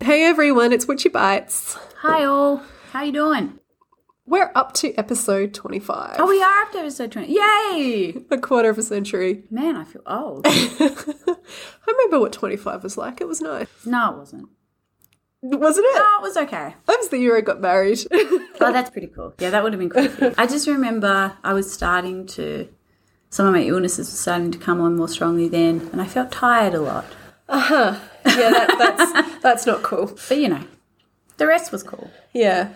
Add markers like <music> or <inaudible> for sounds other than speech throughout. Hey everyone, it's Witchy Bites. Hi all. How you doing? We're up to episode 25. Oh, we are up to episode 20. Yay! A quarter of a century. Man, I feel <laughs> old. I remember what 25 was like. It was nice. no, it wasn't. Wasn't it? No, it was okay. That was the year I got married. <laughs> Oh, that's pretty cool. Yeah, that would have been cool. if you- I just remember I was starting to, some of my illnesses were starting to come on more strongly then, and I felt tired a lot. yeah, that, that's that's not cool. But you know, the rest was cool. Yeah.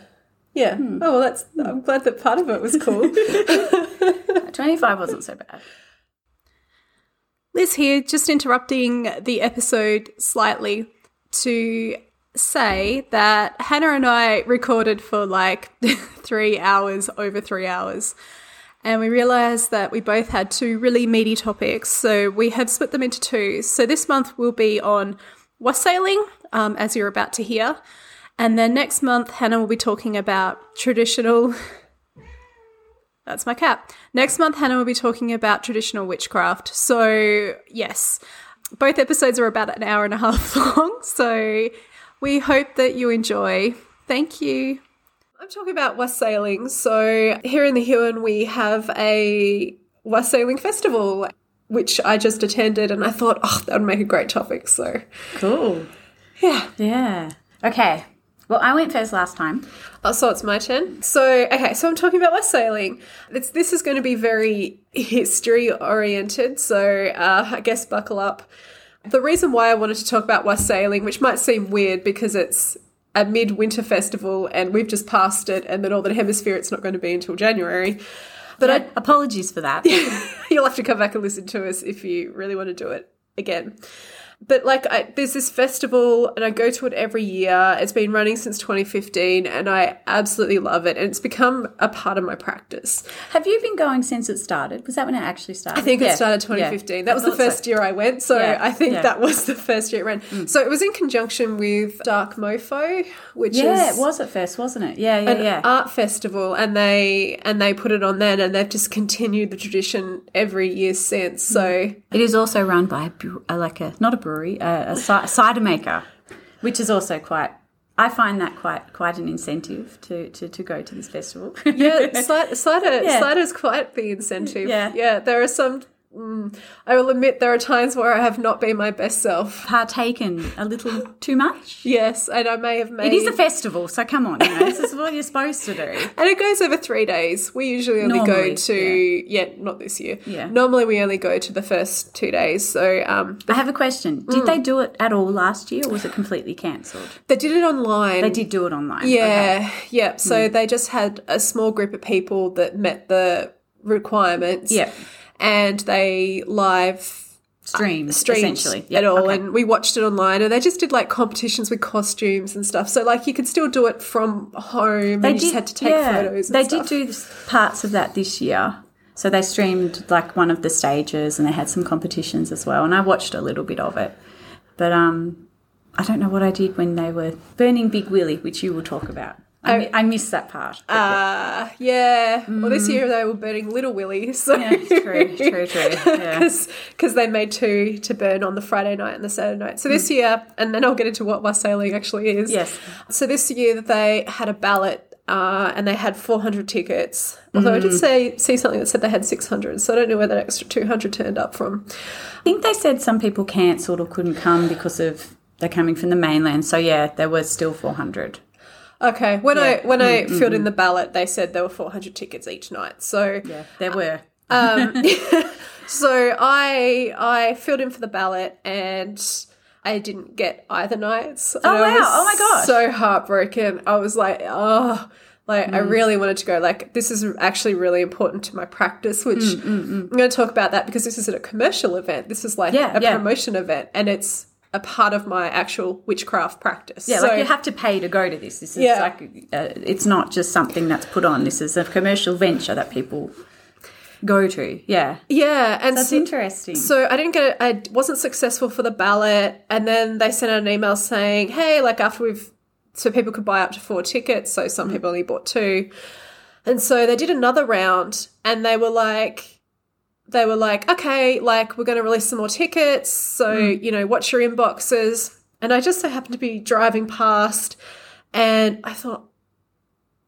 Yeah. Oh, well, that's I'm glad that part of it was cool. 25 wasn't so bad. Liz here, just interrupting the episode slightly to say that Hannah and I recorded for like <laughs> three hours, over three hours. And we realized that we both had two really meaty topics. So we have split them into two. So this month will be on wassailing, um, as you're about to hear. And then next month, Hannah will be talking about traditional that's my cat. Next month, Hannah will be talking about traditional witchcraft. So, yes, both episodes are about an hour and a half <laughs> long. So, we hope that you enjoy. Thank you. I'm talking about wassailing. So, here in the Huon, we have a wassailing festival, which I just attended and I thought, oh, that would make a great topic. So, Cool. yeah. Yeah. Okay. Well, I went first last time. Oh, so it's my turn. So, okay, so I'm talking about wassailing. It's, this is going to be very history oriented, so uh, I guess buckle up. The reason why I wanted to talk about wassailing, which might seem weird because it's a midwinter festival and we've just passed it, and the Northern Hemisphere it's not going to be until January. But I, apologies for that. <laughs> you'll have to come back and listen to us if you really want to do it again. But like, I, there's this festival, and I go to it every year. It's been running since 2015, and I absolutely love it. And it's become a part of my practice. Have you been going since it started? Was that when it actually started? I think it started 2015. That was the first year I went, so Yeah. I think Yeah. Mm. that was the first year it ran. So it was in conjunction with Dark Mofo, which Yeah, is it was at first, wasn't it? Yeah, yeah, an yeah. art festival and they and they put it on then and they've just continued the tradition every year since so It is also run by a bre- uh, like a not a brewery, a, a ci- cider maker, which is also quite. I find that quite quite an incentive to to, to go to this festival. <laughs> yeah, cider, cider, Yeah. cider's quite the incentive. Yeah. yeah. There are some. Mm, I will admit there are times where I have not been my best self. Partaken a little too much. Yes, and I may have made. It is a festival, so come on, you know, this is what you're supposed to do. and it goes over three days. We usually only go Normally, to yeah. not this year. Yeah. normally we only go to the first two days. So um, <laughs> I have a question. Did they do it at all last year, or was it completely cancelled? they did it online. They did do it online. okay. Hmm. Yeah, yeah. So they just had a small group of people that met the requirements. Yeah. and they live streamed, streamed essentially at Yeah, all, okay. and we watched it online. And they just did like competitions with costumes and stuff. So like you could still do it from home. and you just had to take yeah, photos. And They stuff. did do this- parts of that this year. So they streamed like one of the stages, and they had some competitions as well. And I watched a little bit of it, but um, I don't know what I did when they were burning Big Willie, which you will talk about. I, mi- I missed that part. but Uh, yeah. Well, this year they were burning Little Willy. So. <laughs> Mm. yeah, Yeah, true, true, true. Yeah. Because they made two to burn on the Friday night and the Saturday night. So this year, and then I'll get into what wassailing actually is. Mm. Yes. So this year they had a ballot uh, and they had 400 tickets. Although I did Mm. say see something that said they had 600, so I don't know where that extra 200 turned up from. I think they said some people cancelled or couldn't come because of they're coming from the mainland. So yeah, there were still four hundred. Okay, when I when Mm, I filled in the ballot, they said there were 400 tickets each night. So Yeah, there were. so I I filled in for the ballot and I didn't get either nights. Oh wow. Oh my gosh. So heartbroken. I was like, oh. Like Mm. I really wanted to go. Like this is actually really important to my practice, which I'm Mm, going to talk about that because this isn't a commercial event. This is like Yeah, a yeah. promotion event, and it's a part of my actual witchcraft practice. Yeah, So- like you have to pay to go to this. This is Yeah. like uh, it's not just something that's put on. This is a commercial venture that people go to. Yeah, yeah, and that's so- interesting. So I didn't get. I wasn't successful for the ballot, and then they sent out an email saying, "Hey, like after we've, so people could buy up to four tickets. So some people only bought two, and so they did another round, and they were like, they Hmm. were like, okay, like we're going to release some more tickets. So you know, watch your inboxes. And I just so happened to be driving past and I thought,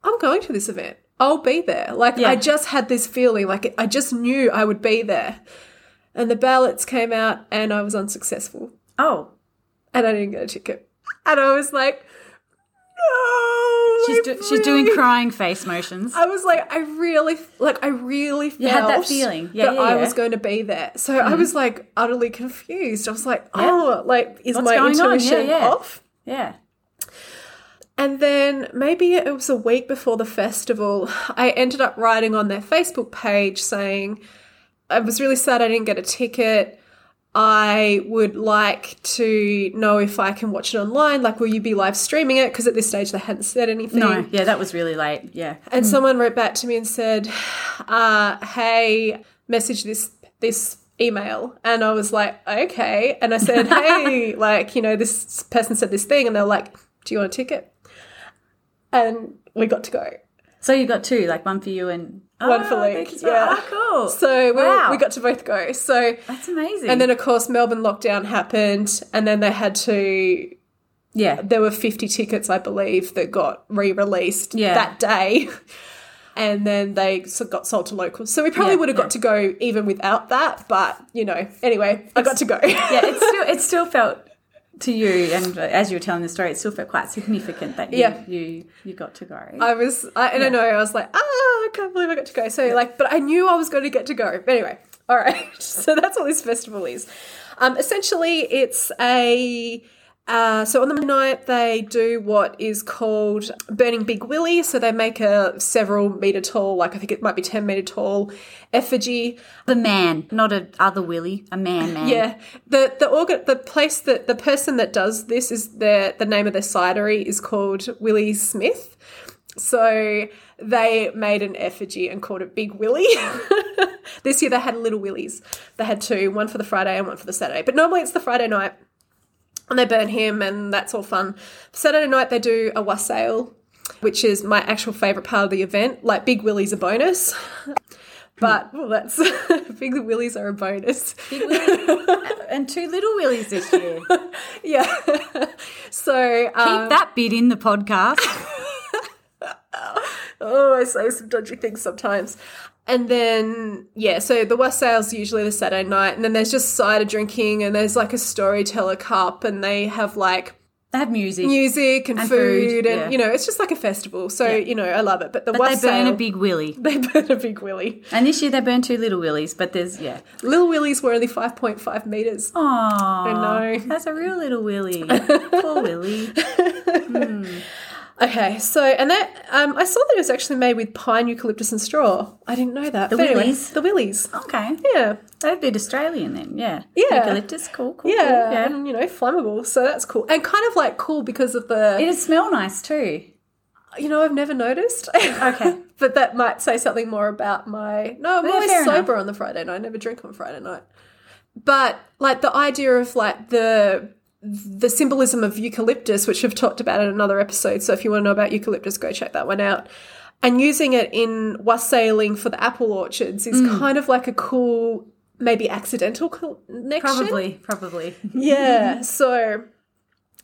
I'm going to this event. I'll be there. Like, Yeah. I just had this feeling, like, I just knew I would be there. And the ballots came out and I was unsuccessful Oh, and I didn't get a ticket. And I was like, no. she's, I do- she's doing really- crying face motions. I was like, I really, like, I really felt You had that feeling. Yeah, that yeah, I yeah. Mm-hmm. was going to be there. So I was like utterly confused. I was like, oh, like, is What's my going on? Yeah, intuition yeah. off? yeah. And then maybe it was a week before the festival, <sighs> I ended up writing on their Facebook page saying, I was really sad I didn't get a ticket. I would like to know if I can watch it online. Like, will you be live streaming it? Because at this stage they hadn't said anything. No, yeah, that was really late. Yeah. And someone wrote back to me and said, uh, "Hey, message this this email." And I was like, "Okay." And I said, "Hey, like you know, this person said this thing," and they're like, "Do you want a ticket?" And we got to go. So you got two, like one for you and oh, one One for Luke, yeah. Oh, cool. So we, Wow. we got to both go. So that's amazing. and then of course Melbourne lockdown happened, and then they had to. yeah, There were fifty tickets, I believe, that got re-released Yeah. that day. <laughs> and then they s- got sold to locals. So we probably Yeah, would have got to go even without that, but you know, anyway, I got to go. <laughs> yeah, it still it still felt to you, and uh, as you were telling the story, it still felt quite significant that you Yeah. you, you got to go. I was, I, I don't know, I was like, ah, I can't believe I got to go. So, like, but I knew I was going to get to go. But anyway, <laughs> all right. So that's what this festival is. Um, essentially, it's a. Uh, so on the night they do what is called burning big willy so they make a several meter tall like i think it might be 10 meter tall effigy the man, not a other Willie, a man, man. Yeah, the the organ, the place that the person that does this is their the name of their cidery is called Willie Smith. So they made an effigy and called it Big Willie. <laughs> this year they had little Willies. They had two, one for the Friday and one for the Saturday. But normally it's the Friday night, and they burn him, and that's all fun. Saturday night they do a wassail, which is my actual favorite part of the event. Like Big Willie's a bonus. <laughs> But well, that's <laughs> big willies are a bonus. Big Willie and two little Willies this year. <laughs> Keep Yeah. <laughs> so, um, that bit in the podcast. oh, I say some dodgy things sometimes. And then, yeah, so the West Sale's usually the Saturday night, and then there's just cider drinking, and there's like a storyteller cup, and they have like They have music, music and, And food, food, and yeah. you know, it's just like a festival. So, you know, I love it. But the but West they burn Sale, a big Willie. <laughs> they burn a big willy. And this year they burn two little Willies, but there's yeah. Little willies were only 5.5 meters. Oh, I know. That's a real little <laughs> Willie. Poor Willie. Okay, so and that um, I saw that it was actually made with pine, eucalyptus, and straw. I didn't know that. The But anyway, willies. the willies. Okay. Yeah. That'd be Australian then, yeah. Yeah. Eucalyptus, cool, cool, yeah, cool. Yeah. and you know, flammable. So that's cool, and kind of like cool because of the It'd smell nice too. you know I've never noticed. <laughs> Okay. but that might say something more about my no. I'm Yeah, always fair enough. sober on the Friday night. I never drink on Friday night. But like the idea of like the the symbolism of eucalyptus, which we've talked about in another episode. So if you want to know about eucalyptus, go check that one out. And using it in wassailing for the apple orchards is Mm. kind of like a cool, maybe accidental connection. Probably, probably. Yeah. So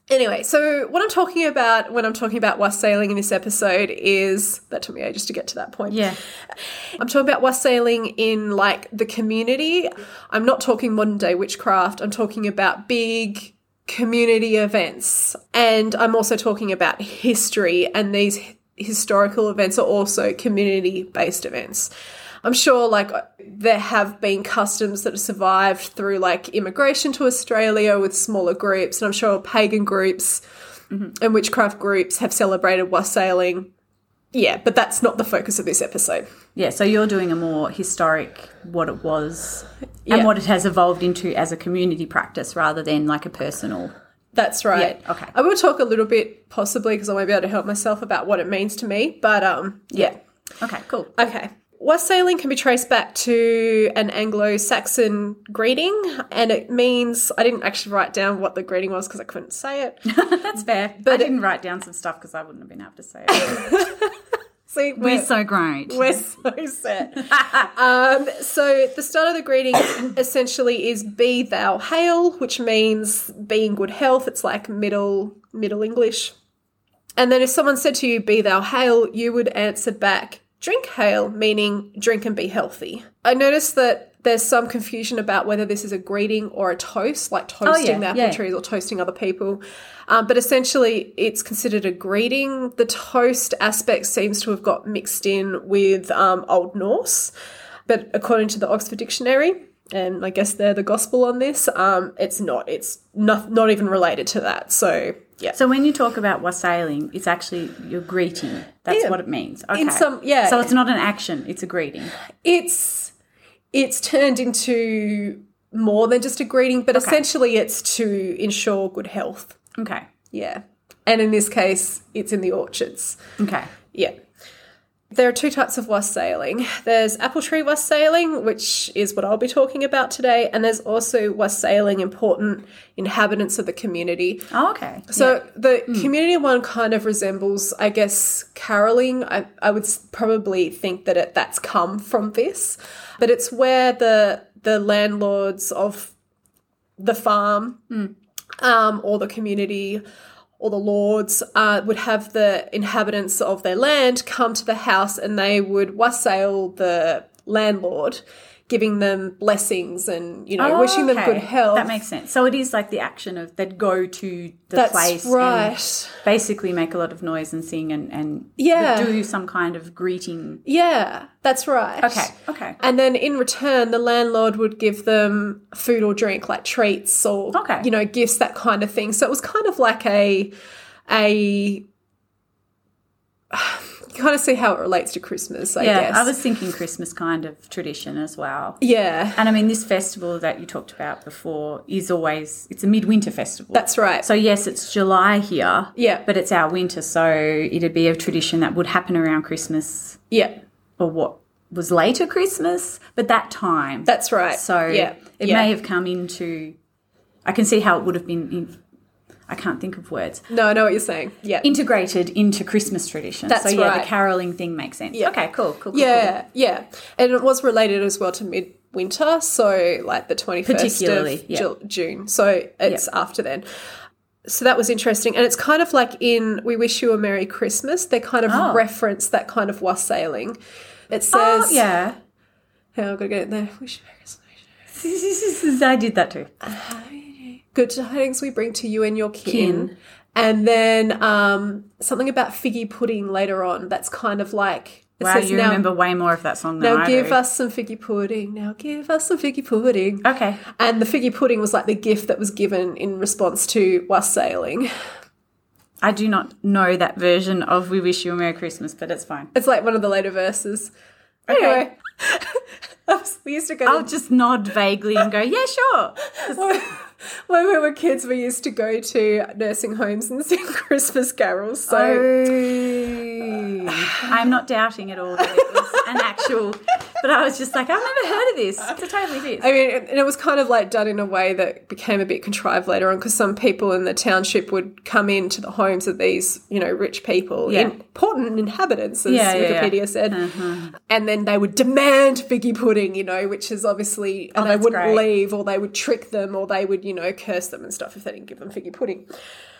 anyway, so what I'm talking about when I'm talking about wassailing in this episode is that took me ages to get to that point. Yeah. I'm talking about wassailing in like the community. I'm not talking modern day witchcraft. I'm talking about big community events. And I'm also talking about history and these h- historical events are also community based events. I'm sure like there have been customs that have survived through like immigration to Australia with smaller groups and I'm sure pagan groups and witchcraft groups have celebrated wassailing. Yeah, but that's not the focus of this episode. Yeah, so you're doing a more historic what it was Yeah. and what it has evolved into as a community practice rather than like a personal. That's right. Yeah, okay. I will talk a little bit, possibly, because I won't be able to help myself about what it means to me. But um, yeah. Okay, cool. Okay. Wassailing can be traced back to an Anglo Saxon greeting, and it means I didn't actually write down what the greeting was because I couldn't say it. <laughs> That's fair. But I didn't write down some stuff because I wouldn't have been able to say it. See, <laughs> We're we're, so great. we're so <laughs> set. um, so the start of the greeting <coughs> essentially is "Be thou hail," which means "Be in good health." It's like middle middle English. And then if someone said to you, "Be thou hail," you would answer back, "Drink hail," meaning drink and be healthy. I noticed that there's some confusion about whether this is a greeting or a toast, like toasting the apple Oh, yeah. trees or toasting other people. Um, but essentially, it's considered a greeting. The toast aspect seems to have got mixed in with um, Old Norse, but according to the Oxford Dictionary, and I guess they're the gospel on this, um, it's not. It's not, not even related to that. So, yeah. So when you talk about wassailing, it's actually your greeting. That's Yeah. what it means. Okay. some- yeah. So it's not an action; it's a greeting. it's it's turned into more than just a greeting, but essentially it's to ensure good health. Okay. Yeah. And in this case, it's in the orchards. Okay. Yeah. There are two types of wassailing. There's apple tree wassailing, which is what I'll be talking about today, and there's also wassailing important inhabitants of the community. Oh, okay. So the Hmm. community one kind of resembles, I guess, caroling. I, I would s- probably think that it, that's come from this, but it's where the the landlords of the farm Hmm. um, or the community or the lords uh, would have the inhabitants of their land come to the house and they would wassail the landlord, giving them blessings and you know Oh, wishing them okay. good health. That makes sense. So it is like the action of they'd go to the That's place, and right. basically make a lot of noise and sing and and Yeah. do some kind of greeting. Yeah, that's right. Okay. Okay. And then in return, the landlord would give them food or drink, like treats or Okay. you know gifts, that kind of thing. So it was kind of like a a <sighs> you kind of see how it relates to Christmas, I yeah, guess. I was thinking Christmas kind of tradition as well. yeah, And I mean, this festival that you talked about before is always it's a midwinter festival. that's right. So yes, it's July here. Yeah. But it's our winter, so it'd be a tradition that would happen around Christmas yeah, or what was later Christmas, but that time. that's right. so yeah, it yeah. may have come into I can see how it would have been in, I can't think of words. no, I know what you're saying. Yeah, Integrated into Christmas tradition. That's so yeah, right. the caroling thing makes sense. Okay, cool, cool, cool. cool. yeah, yeah, and it was related as well to midwinter, so like the twenty first of Particularly, yeah. Ju- June. So it's after then. So that was interesting, and it's kind of like in "We Wish You a Merry Christmas." They kind of reference that kind of wassailing. It says, Oh, yeah. <laughs> Hang on, I've got to get it there. Wish you a Merry Christmas. I did that too. Good tidings we bring to you and your kin. Kin. And then um, something about figgy pudding later on. That's kind of like it Wow, says you now. remember way more of that song than now I give do. us some figgy pudding. Now give us some figgy pudding. okay. And the figgy pudding was like the gift that was given in response to wassailing. I do not know that version of We Wish You a Merry Christmas, but it's fine. <laughs> It's like one of the later verses. Anyway, <laughs> I was- we used to go. I'll just nod vaguely and go, yeah, <laughs> sure. when we were kids, we used to go to nursing homes and <laughs> sing Christmas carols. Oh, So <sighs> I'm not doubting at all that it was an actual, but I was just like, I've never heard of this. It's a totally <laughs> this. I mean, and it was kind of like done in a way that became a bit contrived later on because some people in the township would come into the homes of these, you know, rich people, Yeah. important inhabitants, as Yeah, yeah, Uh-huh. yeah. Wikipedia said, and then they would demand figgy pudding, you know, which is obviously, and they Oh, that's wouldn't great. leave, or they would trick them, or they would, you know, curse them and stuff if they didn't give them figgy pudding.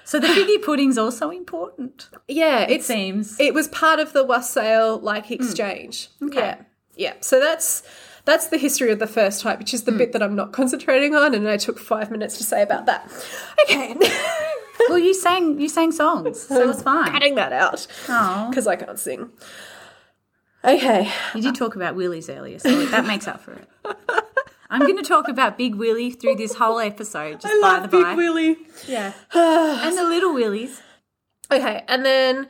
So the figgy pudding's also important, Yeah, it it's seems. it was part of the wassail like exchange. Yeah. Yeah. So that's that's the history of the first type, which is the bit that I'm not concentrating on, and I took five minutes to say about that. Okay. <laughs> well, you sang you sang songs, so it's fine. Cutting that out. Oh. Because I can't sing. Okay. You did talk about wheelies earlier, so that makes up <laughs> for it. I'm going to talk about Big Willie through this whole episode, just I by love the Big by. Willie. <sighs> Yeah. and the little willies. Okay, and then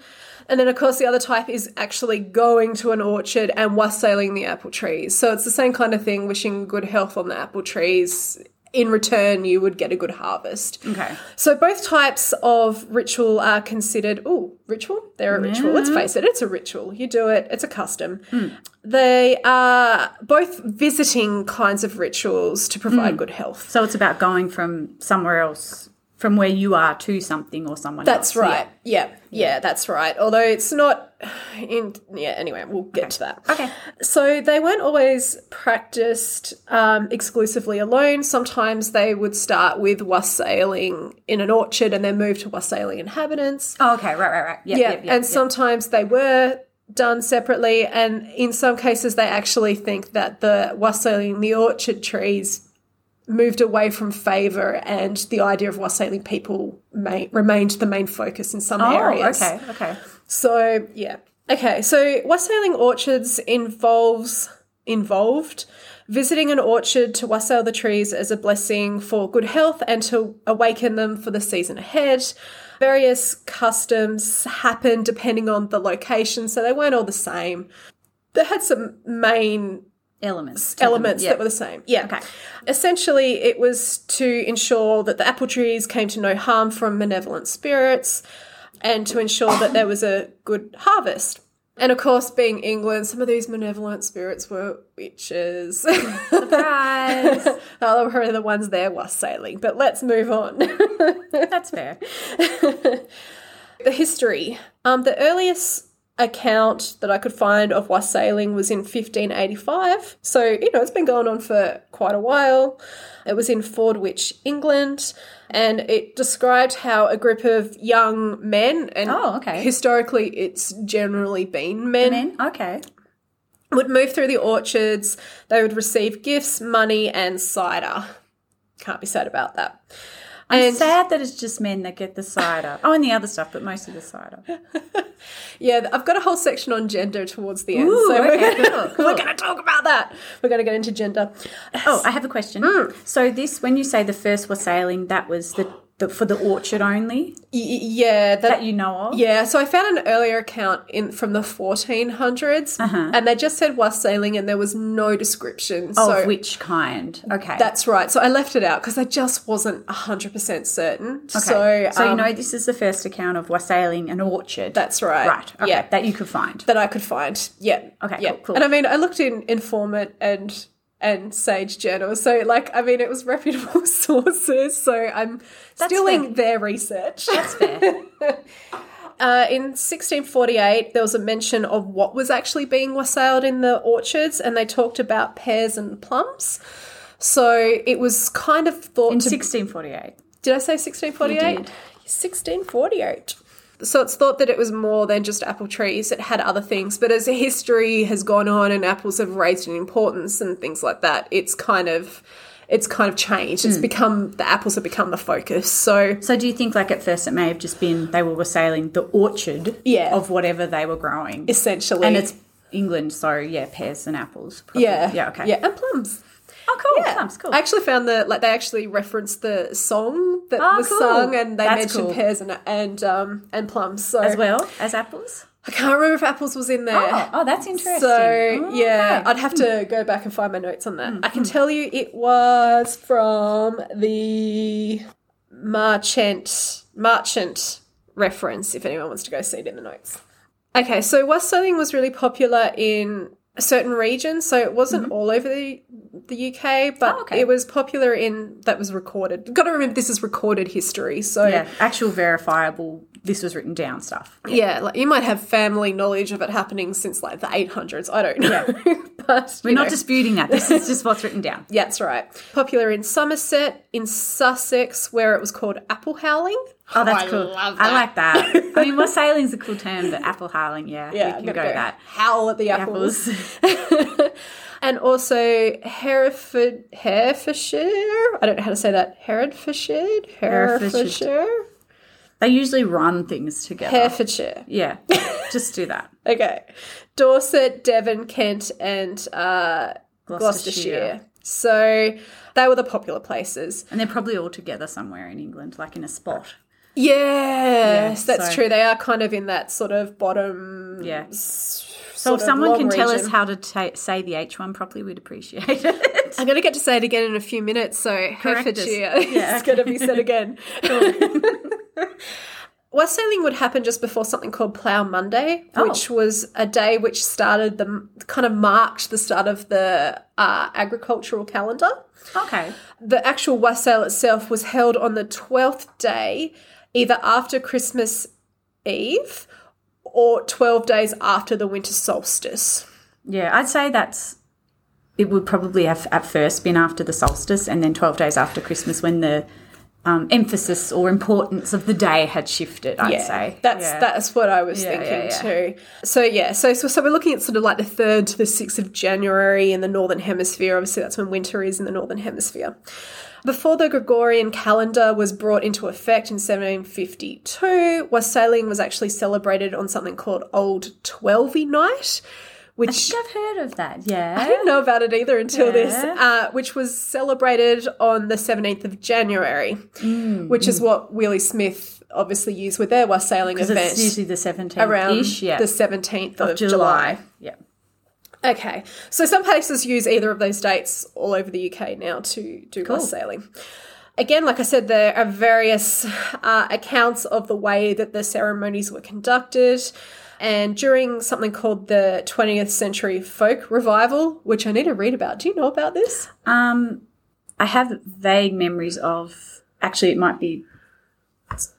and then of course the other type is actually going to an orchard and wassailing the apple trees. So it's the same kind of thing, wishing good health on the apple trees. In return, you would get a good harvest. Okay. So both types of ritual are considered. Oh, ritual? They're a ritual. Let's face it, it's a ritual. You do it. It's a custom. Hmm. They are both Hmm. visiting kinds of rituals to provide good health. So it's about going from somewhere else from where you are to something or someone That's else. Yeah. right. Yeah. yeah. that's right. Although it's not in yeah, anyway, we'll get to that. Okay. So they weren't always practiced um, exclusively alone. Sometimes they would start with wassailing in an orchard and then move to wassailing inhabitants. Oh, okay. Right, right, right. Yeah, yeah. yeah, yeah. and sometimes they were done separately and in some cases they actually think that the wassailing the orchard trees moved away from favor and the idea of wassailing people may, remained the main focus in some oh, areas okay, okay. so yeah okay so wassailing orchards involves involved visiting an orchard to wassail the trees as a blessing for good health and to awaken them for the season ahead various customs happen depending on the location so they weren't all the same they had some main Elements. <laughs> elements yeah. that were the same. Yeah. Okay. Essentially, it was to ensure that the apple trees came to no harm from malevolent spirits and to ensure that there was a good harvest. And of course, being England, some of these malevolent spirits were witches. <laughs> Surprise. They're probably the ones there were sailing. But let's move on. <laughs> That's fair. the history. Um, the earliest account that I could find of wassailing was in 1585. So, you know, it's been going on for quite a while. It was in Fordwich, England, and it described how a group of young men, and Oh, okay. historically it's generally been men, Men? Okay. would move through the orchards. They would receive gifts, money, and cider. Can't be sad about that. I'm And- sad that it's just men that get the cider. Oh, and the other stuff, but mostly the cider. Yeah, I've got a whole section on gender towards the end. Ooh, so we're okay, gonna, cool, cool. <laughs> we're gonna talk about that. We're gonna get into gender. Oh, I have a question. Mm. So this, when you say the first wassailing, that was the, the for the orchard only Y- y- yeah, that, that you know of. yeah. So I found an earlier account in from the 1400s, Uh-huh. and they just said wassailing, and there was no description. Of so which kind? Okay. that's right. So I left it out because I just wasn't hundred percent certain. okay. So, so you um, know this is the first account of wassailing an orchard. that's right. right. Okay. Yeah, That you could find. that I could find. Yeah. Okay, Yeah. cool, cool. And I mean, I looked in Informant and and Sage Journal, so like, I mean, it was <laughs> reputable sources. So I'm still in their research. That's fair. <laughs> Uh, in 1648, there was a mention of what was actually being wassailed in the orchards, and they talked about pears and plums. So it was kind of thought In to 1648. did I say 1648? You did. 1648. So it's thought that it was more than just apple trees, it had other things. But as history has gone on and apples have raised in importance and things like that, it's kind of it's kind of changed. Hmm. It's become the apples have become the focus. So So do you think like at first it may have just been they were wassailing the orchard Yeah. of whatever they were growing, essentially and it's England, so yeah, pears and apples. Probably. yeah. Yeah. Okay. Yeah, and plums. Oh, cool. Yeah. Plums, cool. I actually found the like they actually referenced the song that Oh, was cool. sung and they That's mentioned cool. pears and and um and plums. So as well as apples. I can't remember if apples was in there. Oh, oh, that's interesting. So Oh, yeah, okay. Hmm, I'd have to go back and find my notes on that. I can tell you it was from the merchant merchant reference. If anyone wants to go see it in the notes. Okay, so wassailing was really popular in certain regions, so it wasn't all over the the UK, but Mm-hmm. Oh, okay. it was popular in that was recorded. Got to remember this is recorded history, so yeah, actual verifiable. This was written down stuff. yeah, like you might have family knowledge of it happening since like the 800s. I don't know. <laughs> but We're not disputing that. This is just what's <laughs> written down. Yeah, that's right. Popular in Somerset, in Sussex, where it was called apple howling. Oh, that's cool. I like that. <laughs> I mean, wassailing's a cool term, but apple howling, Yeah, yeah, we I'm can gonna go, go that. Howl at the apples. <laughs> and also Hereford, Herefordshire. I don't know how to say that. Herefordshire, Herefordshire, They usually run things together. Herefordshire. <laughs> yeah, just do that. Okay, Dorset, Devon, Kent, and uh, Gloucestershire. So they were the popular places. and they're probably all together somewhere in England, like in a spot. Yes, that's so- true. They are kind of in that sort of bottom. Yeah. So So if someone can tell us how to ta say the H one properly, we'd appreciate <laughs> it. I'm going to get to say it again in a few minutes, so us. <laughs> <laughs> Herefordshire is going to be said again. wassailing would happen just before something called Plough Monday, Oh. which was a day which started the kind of marked the start of the uh, agricultural calendar. Okay. The actual wassail itself was held on the 12th day, either after Christmas Eve or 12 days after the winter solstice. Yeah, I'd say that's. It would probably have at first been after the solstice, and then twelve days after Christmas, when the um, emphasis or importance of the day had shifted. I'd say That's Yeah. that's what I was Yeah, thinking yeah, too. So yeah, so, so so we're looking at sort of like the third to the sixth of January in the northern hemisphere. Obviously, that's when winter is in the northern hemisphere. Before the Gregorian calendar was brought into effect in 1752, wassailing was actually celebrated on something called Old Twelvey Night, I which think I've heard of that. I Yeah. didn't know about it either until this, Yeah. uh, which was celebrated on the 17th of January, Mm. which is what Willie Smith obviously used with their wassailing Because event it's usually the 17th around ish, yeah. the 17th of, of July. Yeah. Okay, so some places use either of those dates all over the UK now to do wassailing. Again, like I said, there are various uh, accounts of the way that the ceremonies were conducted. And during something called the 20th Century Folk Revival, which I need to read about. Do you know about this? Um, I have vague memories of. Actually, it might be s-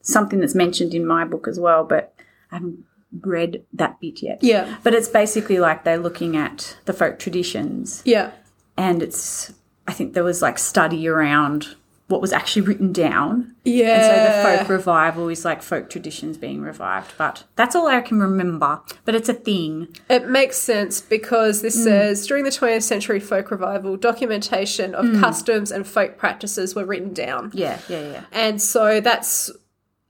something that's mentioned in my book as well, but I haven't read that bit yet. Yeah. But it's basically like they're looking at the folk traditions, Yeah. and it's. I think there was like study around what was actually written down. Yeah. And so the folk revival is like folk traditions being revived, but that's all I can remember. But it's a thing. It makes sense because this Mm. says during the 20th century folk revival, documentation Mm. of customs and folk practices were written down. Yeah, yeah, yeah. And so that's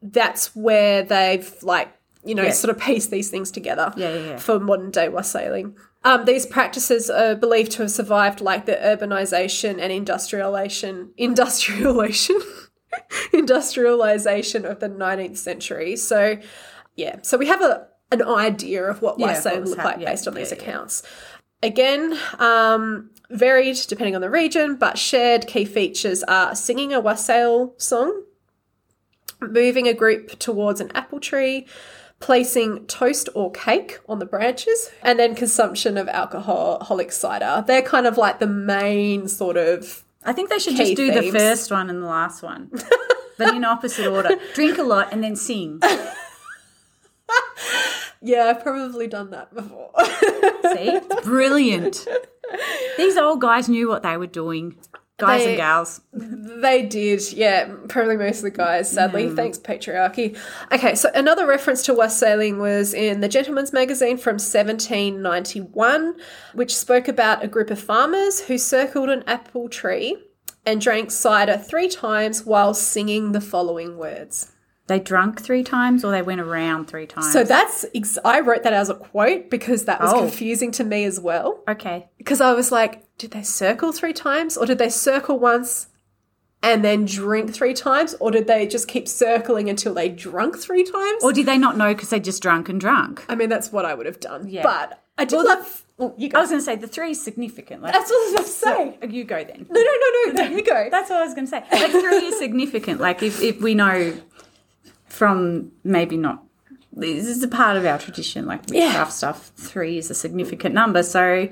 that's where they've like, you know, Yeah. sort of pieced these things together Yeah, yeah, yeah. for modern day wassailing. Um, these practices are believed to have survived like the urbanization and <laughs> industrialization industrialization industrialization of the 19th century. So yeah, so we have a an idea of what Yeah, yeah, what was looked hap- like yeah, based on yeah, these yeah. accounts. Again, um, varied depending on the region, but shared key features are singing a wassail song, moving a group towards an apple tree, placing toast or cake on the branches, and then consumption of alcoholic cider. They're kind of like the main sort of I think they should Key just do the themes. first one and the last one, but in opposite <laughs> order. Drink a lot and then sing. yeah, I've probably done that before. <laughs> See, brilliant. These old guys knew what they were doing, guys They- and gals. They did, yeah. Probably most of the guys, sadly. Thanks, patriarchy. Okay, so another reference to wassailing was in the Gentleman's Magazine from 1791, which spoke about a group of farmers who circled an apple tree and drank cider three times while singing the following words. They drunk three times or they went around three times. So that's, ex- I wrote that as a quote because that was Oh. confusing to me as well. okay, Because I was like, did they circle three times or did they circle once and then drink three times or did they just keep circling until they drunk three times? or did they not know because they just drunk and drunk? I mean, that's what I would have done. Yeah. But I did Well, the- love. oh, you I go. was going to say the three is significant. Like, That's what I was going to say. you go then. No, no, no, no. You <laughs> go. That's what I was going to say. Like three <laughs> is significant. Like if, if we know from maybe not, this is a part of our tradition, like witchcraft stuff. Three is a significant number, so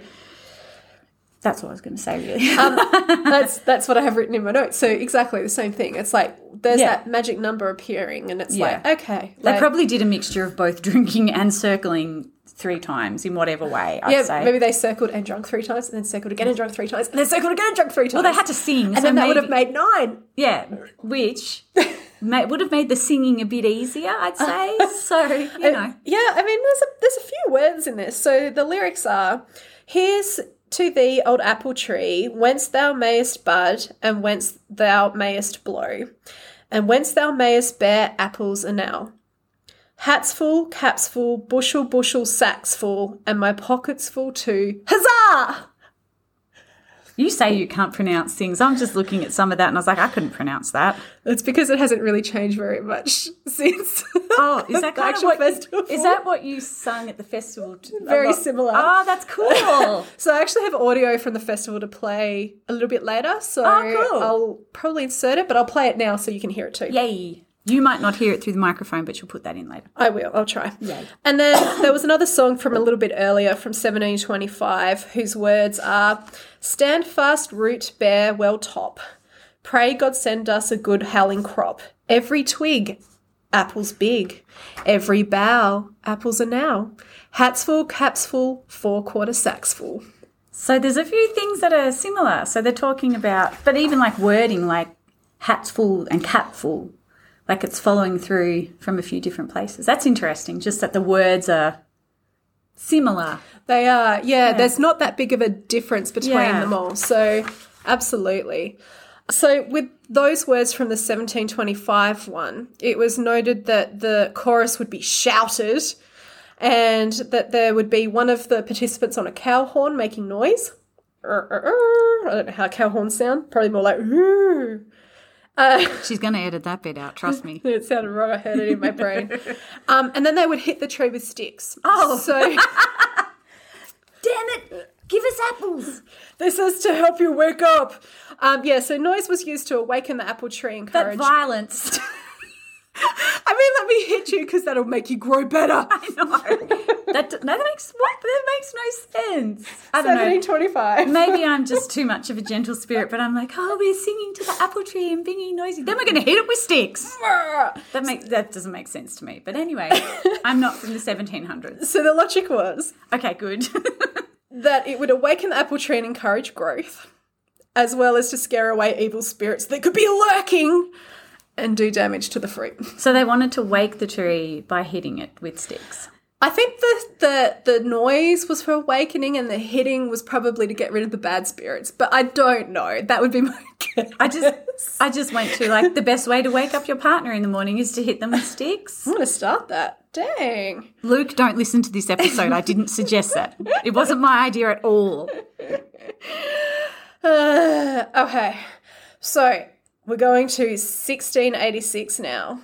that's what I was going to say. Really, that's that's what I have written in my notes. So exactly the same thing. It's like there's Yeah. that magic number appearing, and it's Yeah. like okay, they like- probably did a mixture of both <laughs> drinking and circling three times in whatever way. I'd yeah, say. maybe they circled and drunk three times, and then circled again and drunk three times, and then circled again and drunk three times. well, they had to sing, and then that would have made nine. yeah, <laughs> which. ma- Would have made the singing a bit easier, <laughs> I'd say. So you know, Yeah, I mean, there's a, there's a few words in this. So the lyrics are Here's to thee, old apple tree, whence thou mayest bud, and whence thou mayest blow, and whence thou mayest bear apples enow. Hats full, caps full, bushel, bushel, sacks full, and my pockets full too. Huzzah! you say you can't pronounce things. I'm just looking at some of that, and I was like, I couldn't pronounce that. That's because it hasn't really changed very much <laughs> since. Oh, is that The kind of actual what, festival. Is that what you sung at the <laughs> festival? t- a Very lot? similar. Oh, that's <laughs> cool. So I actually have audio from the festival to play a little bit later. So Oh, cool. I'll probably insert it, but I'll play it now so you can hear it too. Yay. You might not hear it through the microphone, but you'll put that in later. I will. I'll try. And then <coughs> there was another song from a little bit earlier from 1725 whose words are Stand fast, root, bear, well top. Pray God send us a good howling crop. Every twig, apples big. Every bough, apples are now. Hats full, caps full, four quarter sacks full. So there's a few things that are similar. So they're talking about, but even like wording, like hats full and cap full, like it's following through from a few different places. That's interesting. Just that the words are similar. They are, yeah, There's not that big of a difference between Yeah. them all. So, absolutely. So, with those words from the 1725 one, it was noted that the chorus would be shouted and that there would be one of the participants on a cow horn making noise. Er, er, er. I don't know how cow horns sound. Probably more like, "Ooh." She's going to edit that bit out. Trust me. it sounded wrong. I heard it in my brain. <laughs> um, and then they would hit the tree with sticks. Oh. So. <laughs> Damn it! Give us apples. This is to help you wake up. Um, yeah, so noise was used to awaken the apple tree and But courage. violence. <laughs> I mean, let me hit you because that'll make you grow better. <laughs> no, that no, that makes what? That makes no sense. I <laughs> don't know. 1725. Maybe I'm just too much of a gentle spirit, but I'm like, oh, we're singing to the apple tree and being noisy. Then we're going to hit it with sticks. That makes that doesn't make sense to me. But anyway, I'm not from the 1700s. So the logic was Okay, good. <laughs> that it would awaken the apple tree and encourage growth, as well as to scare away evil spirits that could be lurking and do damage to the fruit. so they wanted to wake the tree by hitting it with sticks. I think the, the the noise was for awakening and the hitting was probably to get rid of the bad spirits, but I don't know. That would be my <laughs> guess. I just I just went to like the best way to wake up your partner in the morning is to hit them with sticks. I'm going to start that. Dang. Luke, don't listen to this episode. I didn't suggest that. It wasn't my idea at all. Uh, <sighs> okay, so we're going to 1686 now.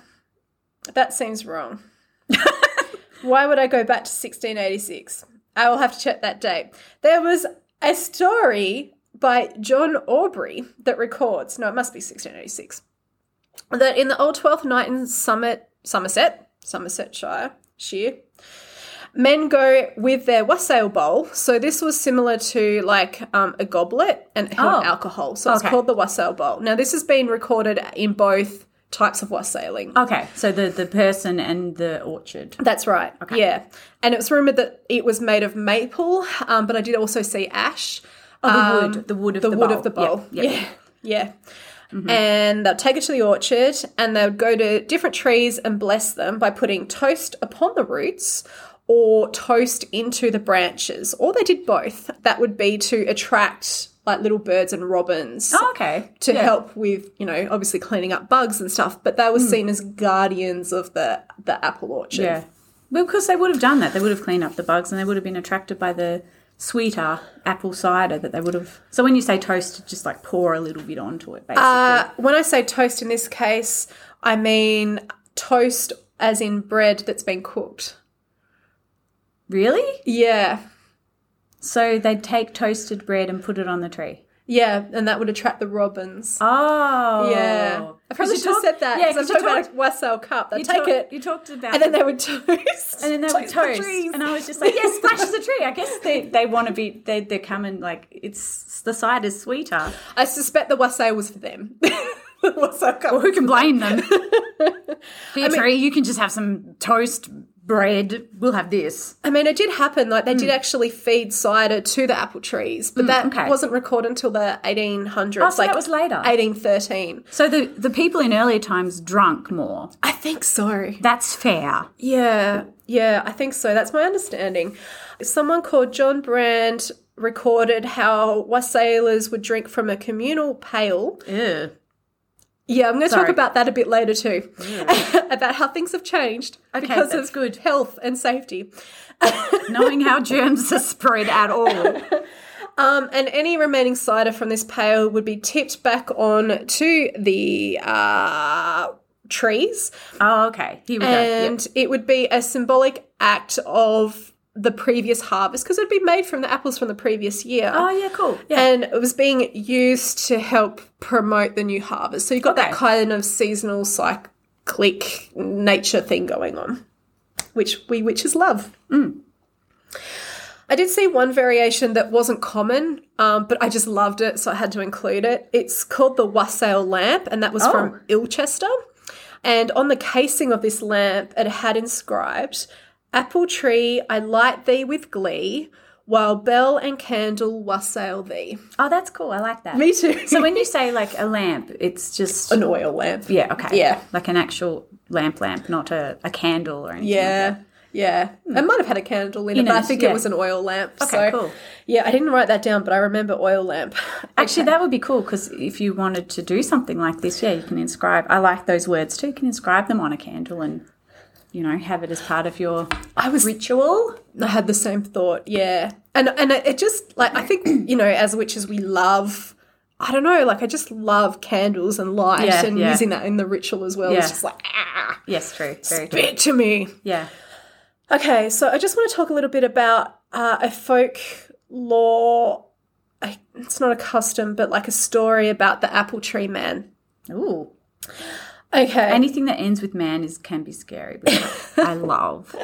That seems wrong. <laughs> Why would I go back to 1686? I will have to check that date. There was a story by John Aubrey that records, no, it must be 1686, that in the Old Twelfth Night in Summit, Somerset, Somersetshire, sheer, men go with their wassail bowl. So this was similar to like um, a goblet and it held Oh. alcohol. So it's Okay. called the wassail bowl. Now this has been recorded in both types of wassailing. Okay, so the the person and the orchard. That's right. Yeah. And it was rumored that it was made of maple, um, but I did also see ash. Oh, the Um, wood, the wood of the, the wood bowl. of the bowl. Yeah, Mm-hmm. yeah. Yeah. yeah. And they'll take it to the orchard and they would go to different trees and bless them by putting toast upon the roots or toast into the branches. Or they did both. That would be to attract like little birds and robins Oh, okay. to Yeah. help with, you know, obviously cleaning up bugs and stuff, but they were Hmm. seen as guardians of the the apple orchard. Yeah. Well, because they would have done that. They would have cleaned up the bugs and they would have been attracted by the sweeter apple cider that they would have. So when you say toast, just like pour a little bit onto it, basically. Uh, when I say toast in this case, I mean toast as in bread that's been cooked. really? Yeah. So they'd take toasted bread and put it on the tree. Yeah, and that would attract the robins. Oh. Yeah. I probably should have said that. Yeah, Yeah, I'm because you talking talked, about a wassail cup. They you take talked- it, You talked about and then they would <laughs> toast. and then they would the toast, trees. and I was just like, "Yeah, splash the tree." I guess they, they want to be they they come and like it's the cider's sweeter. I suspect the wassail was for them. <laughs> the wassail cup. Who can <laughs> blame them? Here, Tree, you can just have some toast, bread. We'll have this. I mean, it did happen. Like they did actually feed cider to the apple trees, but that Hmm. okay. wasn't recorded until the 1800s. Oh, so like that was later. 1813. So the, the people in earlier times drunk more. I think so. That's fair. Yeah, yeah, I think so. That's my understanding. Someone called John Brand recorded how wassailers would drink from a communal pail. Ew. Yeah, I'm going to talk Sorry. Mm. about that a bit later too, <laughs> about how things have changed because that's of good health and safety. Knowing how germs are spread at all. Um, and any remaining cider from this pail would be tipped back on to the uh, trees, Oh, okay. Here we go. Yep. and it would be a symbolic act of the previous harvest because it would be made from the apples from the previous year. Oh, yeah, cool. Yeah. And it was being used to help promote the new harvest. So you got that Okay. kind of seasonal cycle click nature thing going on, which we witches love. I did see one variation that wasn't common, um, but I just loved it, so I had to include it. It's called the Wassail lamp, and that was from Ilchester. And on the casing of this lamp, it had inscribed, Apple tree, I light thee with glee, while bell and candle wassail thee. Oh, that's cool. I like that. Me too. So when you say like a lamp, it's just An oil lamp. yeah, okay, Yeah. like an actual lamp, lamp, not a, a candle or anything. Yeah. Yeah. It might have had a candle in it, but I knows? think Yeah. it was an oil lamp. so, Okay, cool. Yeah, I didn't write that down, but I remember oil <laughs> lamp. Actually, that would be cool because if you wanted to do something like this, yeah, you can inscribe. I like those words too. You can inscribe them on a candle and, you know, have it as part of your I was ritual. I had the same thought, yeah. And and it it just like I think, <clears throat> you know, as witches we love I don't know, like I just love candles and light Yeah, and yeah. using that in the ritual as well. Yeah. It's just like ah Yes, true. Very true. bit to me. Yeah. Okay, so I just want to talk a little bit about uh, a folk law I, it's not a custom, but like a story about the apple tree man. Ooh. Okay. Anything that ends with man is can be scary, but <laughs> I love.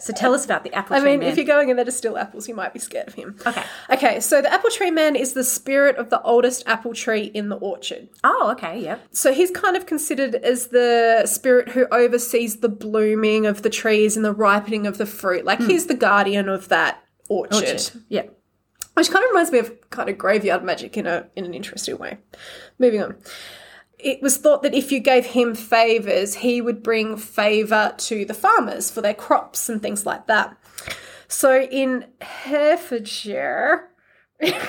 So tell us about the apple I tree mean, man. if you're going in there to steal apples, you might be scared of him. Okay. Okay, so the apple tree man is the spirit of the oldest apple tree in the orchard. oh, okay, yep. So he's kind of considered as the spirit who oversees the blooming of the trees and the ripening of the fruit. Hmm. Like he's the guardian of that orchard, Yep. which kind of reminds me of kind of graveyard magic in a in an interesting way. Moving on. It was thought that if you gave him favors, he would bring favor to the farmers for their crops and things like that. So in Herefordshire,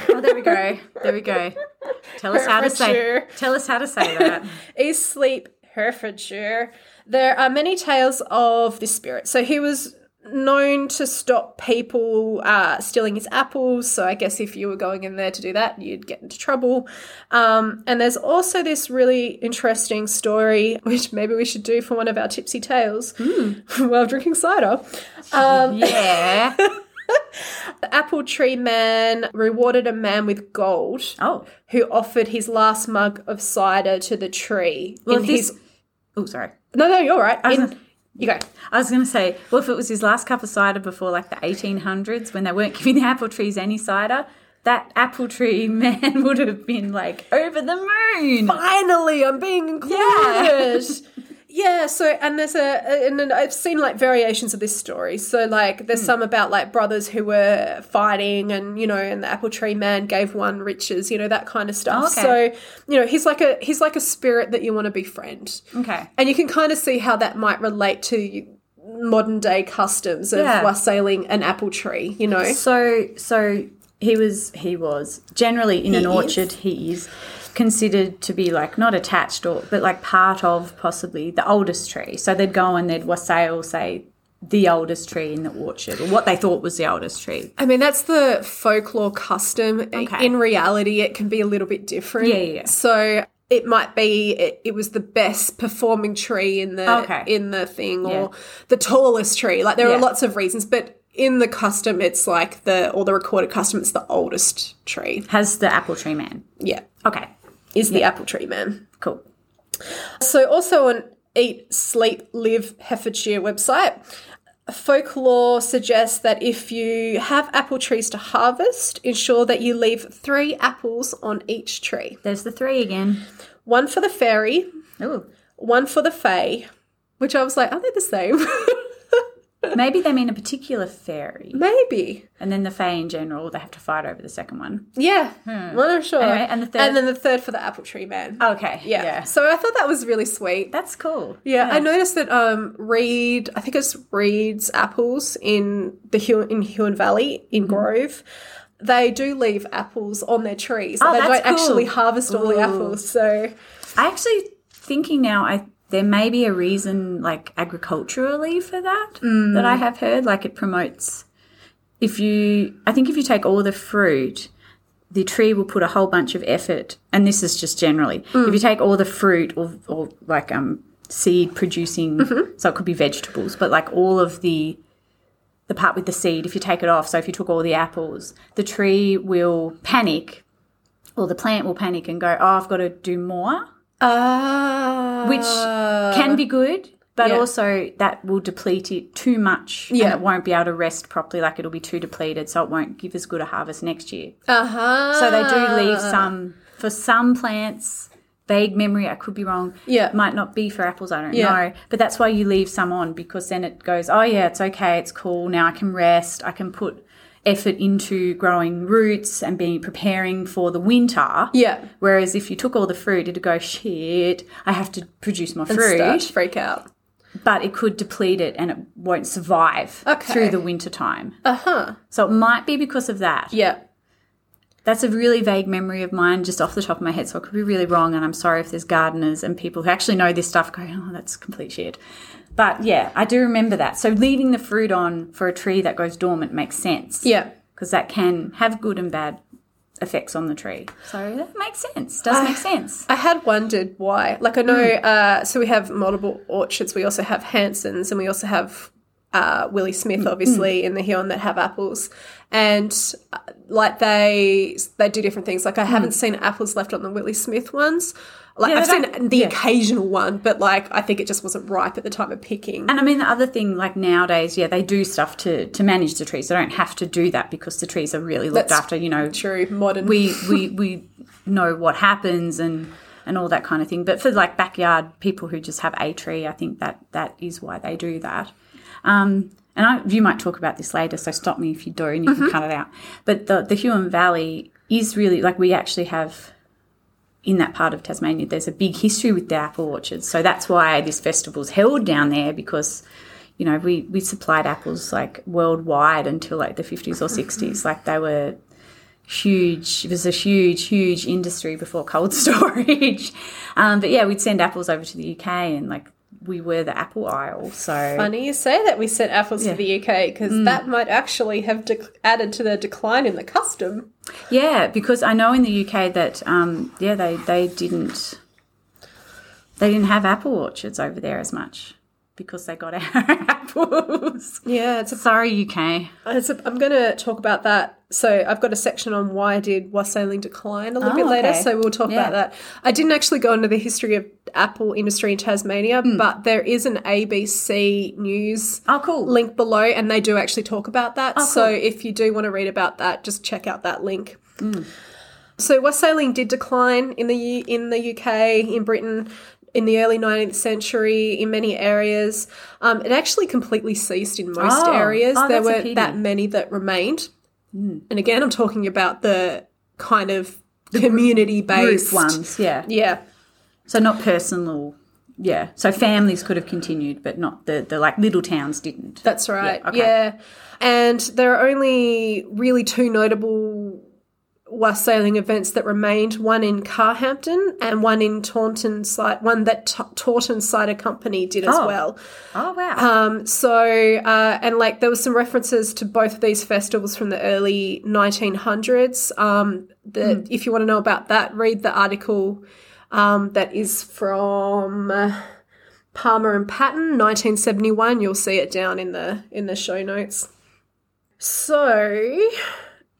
Oh, there we go. There we go. Tell us how to say. Herefordshire. Tell us how to <laughs> say that. East Sleep, Herefordshire. There are many tales of this spirit. So he was known to stop people uh, stealing his apples. So I guess if you were going in there to do that, you'd get into trouble. Um, and there's also this really interesting story, <laughs> which maybe we should do for one of our tipsy tales Hmm. <laughs> while drinking cider. Yeah. The apple tree man rewarded a man with gold. Oh. Who offered his last mug of cider to the tree Well, in if his this. Oh, sorry. No, no, you're right. In- you go. I was going to say, well, if it was his last cup of cider before like the 1800s when they weren't giving the apple trees any cider, that apple tree <laughs> man would have been like over the moon. Finally, I'm being included. <laughs> Yeah. <laughs> so and there's a and then I've seen like variations of this story. So like there's some about like brothers who were fighting and you know and the apple tree man gave one riches, you know that kind of stuff. Oh, okay. So, you know, he's like a he's like a spirit that you want to befriend. Okay. And you can kind of see how that might relate to modern day customs of Yeah. wassailing an apple tree, you know. So, so he was, he was generally in an is. orchard, he is considered to be like not attached or, but like part of possibly the oldest tree. So they'd go and they'd wassail, say, the oldest tree in the orchard or what they thought was the oldest tree. I mean, that's the folklore custom. Okay. In reality, it can be a little bit different. Yeah, yeah, yeah. So it might be it, it was the best performing tree in the Okay. in the thing, or Yeah. the tallest tree. Like there Yeah. are lots of reasons, but in the custom, it's like the or the recorded custom, it's the oldest tree. Has the apple tree man. Yeah, Okay. is the apple tree man. Cool. So, also on Eat, Sleep, Live Herefordshire website, folklore suggests that if you have apple trees to harvest, ensure that you leave three apples on each tree There's the three again. one for the fairy, Ooh. one for the fae, which I was like, are they the same? <laughs> <laughs> Maybe they mean a particular fairy. Maybe. And then the fae in general, they have to fight over the second one. Yeah. Well, I'm sure. Hmm. Anyway, and the third? Uh, And then the third for the apple tree man. Okay. yeah. So I thought that was really sweet. That's cool. Yeah, I noticed that um, Reed, I think it's Reed's apples in the Hew- in Huon Valley Mm-hmm. in Grove. They do leave apples on their trees. Oh, they that's don't cool. actually harvest all the apples. So I actually thinking now I there may be a reason like agriculturally for that that I have heard. Like it promotes if you I think if you take all the fruit the tree will put a whole bunch of effort, and this is just generally. If you take all the fruit or, or like um, seed producing, so it could be vegetables, but like all of the the part with the seed, if you take it off, so if you took all the apples, the tree will panic, or the plant will panic and go, "Oh, I've got to do more." Ah. which can be good, but Yeah. also that will deplete it too much and Yeah. it won't be able to rest properly. Like it'll be too depleted, so it won't give as good a harvest next year. Uh huh. So they Ah. do leave some for some plants. Vague memory, I could be wrong. Yeah. might not be for apples. I don't Yeah. know, but that's why you leave some on because then it goes. Oh yeah, it's okay. It's cool. Now I can rest. I can put effort into growing roots and being preparing for the winter. Yeah. Whereas if you took all the fruit, it'd go shit. I have to produce my fruit, Start to freak out. but it could deplete it and it won't survive Okay. Uh-huh. through the winter time. Uh huh. So it might be because of that. Yeah. That's a really vague memory of mine, just off the top of my head, so I could be really wrong. And I'm sorry if there's gardeners and people who actually know this stuff going, oh, that's complete shit. But yeah, I do remember that. So leaving the fruit on for a tree that goes dormant makes sense. Yeah. Because that can have good and bad effects on the tree. So that makes sense. <sighs> Does make sense. I had wondered why. Like I know, Hmm. uh, so we have multiple orchards. We also have Hanson's, and we also have uh, Willie Mm, Smith, obviously, in the Huon that have apples, and uh, like they they do different things. Like I haven't seen apples left on the Willie Smith ones. Like Hmm. Yeah, I've they don't- seen the yeah. occasional one, but like I think it just wasn't ripe at the time of picking. And I mean, the other thing, like nowadays, yeah, they do stuff to, to manage the trees. They don't have to do that because the trees are really looked That's after, you know, True modern. we we we know what happens and and all that kind of thing. But for like backyard people who just have a tree, I think that that is why they do that. Um, and I, you might talk about this later, so stop me if you do, and you can cut it out. But the the Huon Valley is really like we actually have in that part of Tasmania. There's a big history with the apple orchards, so that's why this festival's held down there because. You know, we, we supplied apples like worldwide until like the 50s or 60s. Like they were huge it was a huge huge industry before cold <laughs> storage um, but yeah we'd send apples over to the uk and like we were the apple aisle so Funny you say that we sent apples to the UK because Hmm. that might actually have dec added to the decline in the custom. yeah because i know in the uk that um, yeah they they didn't they didn't have apple orchards over there as much because they got <laughs> our apples Yeah, it's a sorry uk It's a, Uh, I'm going to talk about that. So I've got a section on why did wassailing decline a little Oh, bit later. okay. So we'll talk Yeah. about that. I didn't actually go into the history of apple industry in Tasmania, Hmm. but there is an ABC news oh cool link below, and they do actually talk about that. So Oh, cool. if you do want to read about that, just check out that link. Mm. So wassailing did decline in the U- in the UK in Britain in the early 19th century in many areas. Um, it actually completely ceased in most Oh. areas. Oh, there that's a weren't pity. Mm. that many that remained. And again, I'm talking about the kind of community group based ones yeah Yeah. so not personal yeah so families could have continued but not the the like little towns didn't That's right. Yeah, okay. And there are only really two notable wassailing events that remained one in Carhampton and one in Taunton site one that Ta Taunton Cider Company did as Oh. well. Oh wow! Um, so uh, and like there was some references to both of these festivals from the early 1900s. Um, the if you want to know about that, read the article um, that is from uh, Palmer and Patton, 1971. You'll see it down in the in the show notes. So.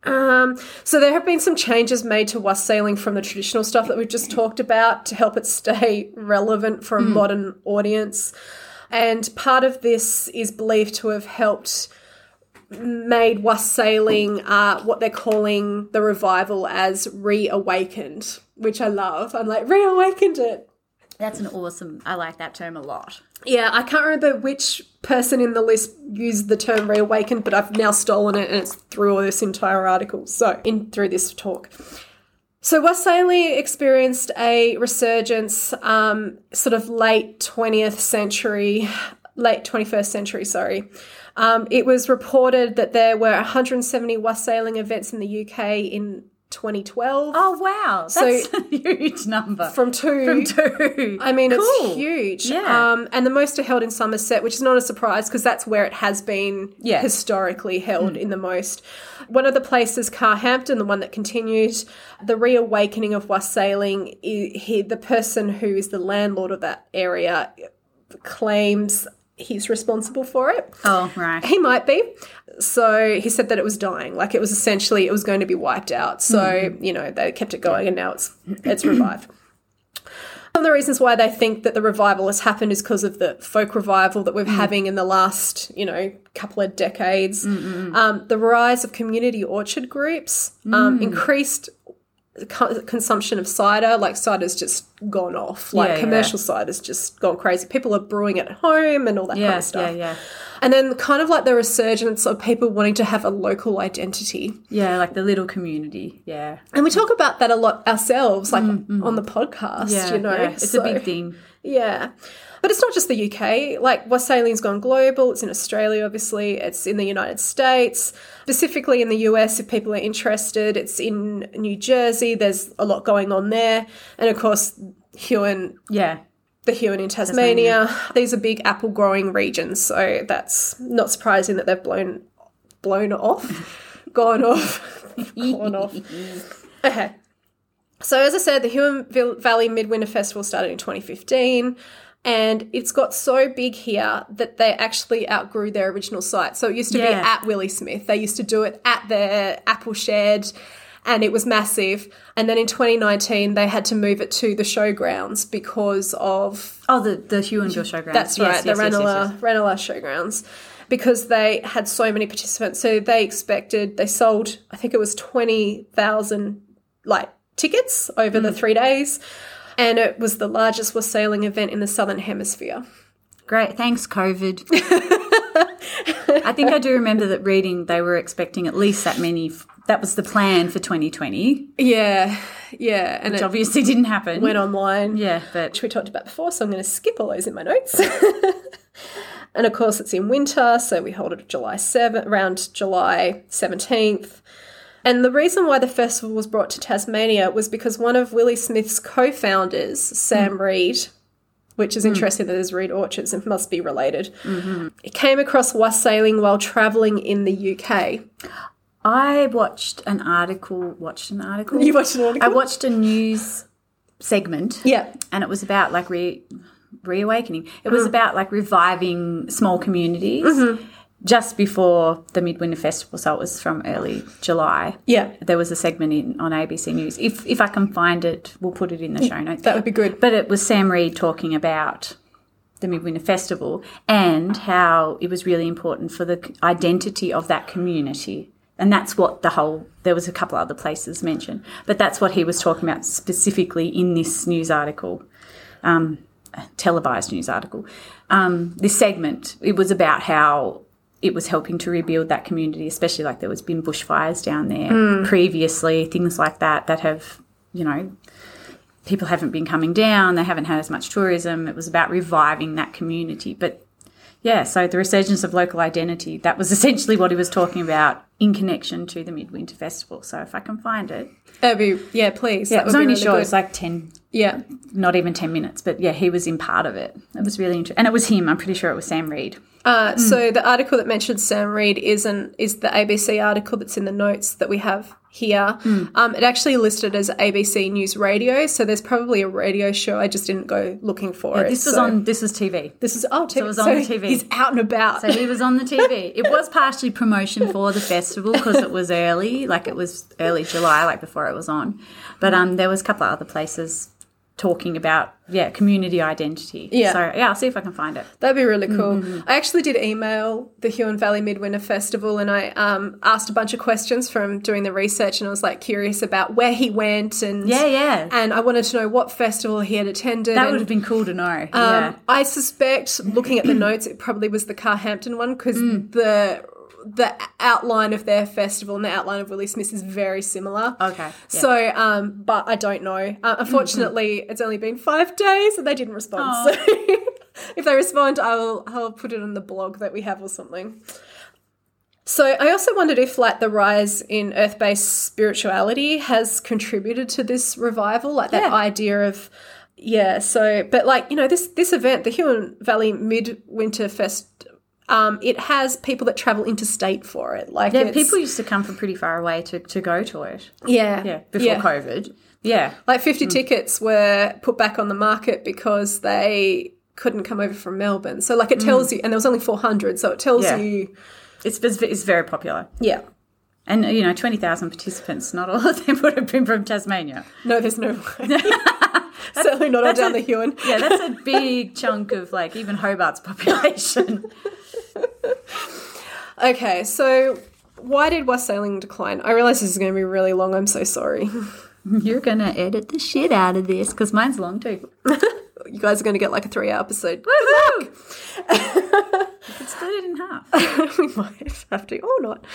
Um, so there have been some changes made to wassailing from the traditional stuff that we've just talked about to help it stay relevant for a modern audience. And part of this is believed to have helped made wassailing uh, what they're calling the revival as reawakened, which I love. I'm like, reawakened it. That's an awesome. I like that term a lot. Yeah, I can't remember which person in the list used the term reawakened, but I've now stolen it and it's through this entire article. So, in through this talk. So, Wassailing experienced a resurgence um, sort of late 20th century, late 21st century, sorry. Um, it was reported that there were 170 Wassailing events in the UK in 2012 Oh wow! That's <laughs> a huge number. from two. From <laughs> two. I mean, Um, Cool. it's huge. Yeah. Um, and the most are held in Somerset, which is not a surprise because that's where it has been Yeah. Mm. historically held in the most. One of the places, Carhampton, the one that continued, the reawakening of wassailing, i he, the person who is the landlord of that area claims he's responsible for it. oh right. He might be. So he said that it was dying. Like it was essentially it was Mm-hmm. going to be wiped out. So, you know, they kept it going and now it's it's revived. One of the reasons why they think that the revival has happened is because of the folk revival that Mm. we're having in the last, you know, couple of decades. Um, the rise of community orchard groups, Mm. um, increased co- consumption of cider. Like cider's just gone off. Like Yeah, yeah. commercial cider's just gone crazy. People are brewing at home and all that kind of Yes, stuff. yeah, yeah. And then kind of like the resurgence of people wanting to have a local identity. Yeah, like the little community. Yeah. And we talk about that a lot ourselves, like on the podcast, Mm, Yeah, you know. yeah. It's so- a big thing. Yeah. But it's not just the UK. Like Wassailing's gone global. It's in Australia, obviously. It's in the United States. Specifically in the US, if people are interested, it's in New Jersey. There's a lot going on there. And of course, Huon, Yeah. the Huon in Tasmania. These are big apple growing regions. So that's not surprising that they've blown blown off, <laughs> gone off, gone off. Okay. So, as I said, the Huon Vil- Valley Midwinter Festival started in 2015, and it's got so big here that they actually outgrew their original site. So, it used to be Yeah. at Willie Smith. They used to do it at their apple shed, and it was massive. And then in 2019, they had to move it to the showgrounds because of Oh, the the Hugh and Bill showgrounds. that's Yes, right, the yes, yes, yes, Ranelagh yes. Ranelagh Showgrounds, because they had so many participants. So they expected they sold, I think it was twenty thousand like tickets over Mm. the three days, and it was the largest wassailing event in the Southern Hemisphere. Great. <laughs> Thanks, COVID. I think I do remember that reading they were expecting at least that many. f- That was the plan for 2020, Yeah, yeah, and which it obviously didn't happen. went online. yeah, but which we talked about before, so I'm going to skip all those in my notes. <laughs> and of course, it's in winter, so we hold it July 7, around July 17th. And the reason why the festival was brought to Tasmania was because one of Willie Smith's co founders, Sam Reed, which is interesting that there's Reed Orchards and must be related, it came across wassailing while travelling in the UK. I watched an article. Watched an article. You watched an I article? watched a news segment. yeah. and it was about like re reawakening. It was about like reviving small communities just before the Midwinter Festival. So it was from early July. Yeah. There was a segment in, on ABC News. If if I can find it, we'll put it in the show notes. That would be good. But it was Sam Reed talking about the Midwinter Festival and how it was really important for the identity of that community. And that's what the whole, there was a couple other places mentioned, but that's what he was talking about specifically in this news article, um, televised news article. Um, this segment, it was about how it was helping to rebuild that community, especially like there was been bushfires down there Hmm. previously, things like that, that have, you know, people haven't been coming down, they haven't had as much tourism. It was about reviving that community. But yeah, so the resurgence of local identity, that was <laughs> essentially what he was talking about in connection to the Midwinter Festival. So if I can find it. That'd be, yeah, please. Yeah, that it was would be only really short, it good. was like 10, Yeah. not even 10 minutes. But yeah, he was in part of it. It was really interesting. And it was him, I'm pretty sure it was Sam Reed. Uh, Hmm. So the article that mentions Sam Reed isn't is the ABC article that's in the notes that we have here. Hmm. Um, it actually listed as ABC News Radio, so there's probably a radio show. I just didn't go looking for it. This was so- on, this was TV. This is oh, TV. So was on the TV. He's out and about. So he was on the TV. It was partially promotion for the festival because it was early, like it was early July, like before it was on. But um, there was a couple of other places talking about yeah community identity. Yeah. So yeah, I'll see if I can find it. <laughs> That'd be really Hmm, cool. I actually did email the Huon Valley Midwinter Festival and I um, asked a bunch of questions from doing the research and I was like curious about where he went and Yeah, yeah. and I wanted to know what festival he had attended. That and- would have been cool to know. Um, yeah. I suspect, looking at the <clears throat> notes, it probably was the Carhampton one because Mm. the the outline of their festival and the outline of Willie Smith is very similar. Okay, yeah. Mm-hmm. So, um, but I don't know. Uh, unfortunately, it's only been five days and they didn't respond. So <laughs> if they respond, I will I'll put it on the blog that we have or something. So I also wondered if like the rise in earth-based spirituality has contributed to this revival, like that Yeah. idea of yeah, so but like, you know, this this event, the Huon Valley Midwinter Fest, um, it has people that travel interstate for it. Like Yeah, it's- people used to come from pretty far away to, to go to it. Yeah. Yeah, before COVID. Yeah. Like 50 tickets were put back on the market because they couldn't come over from Melbourne. So like it tells you and there was only 400, so it tells Hmm. Yeah. you It's, it's, it's very popular. yeah. And, you know, 20,000 participants, not all of them would have been from Tasmania. <laughs> No, there's no way. Certainly not all that's down the a- Huon. Yeah, that's a big chunk of like even Hobart's population. Okay, so why did wassailing decline? I realize this is going to be really long. I'm so sorry. <laughs> You're gonna edit the shit out of this because mine's long too. You guys are going to get like a three hour episode. Woohoo! it's split it in <laughs> half. we might have to, or not.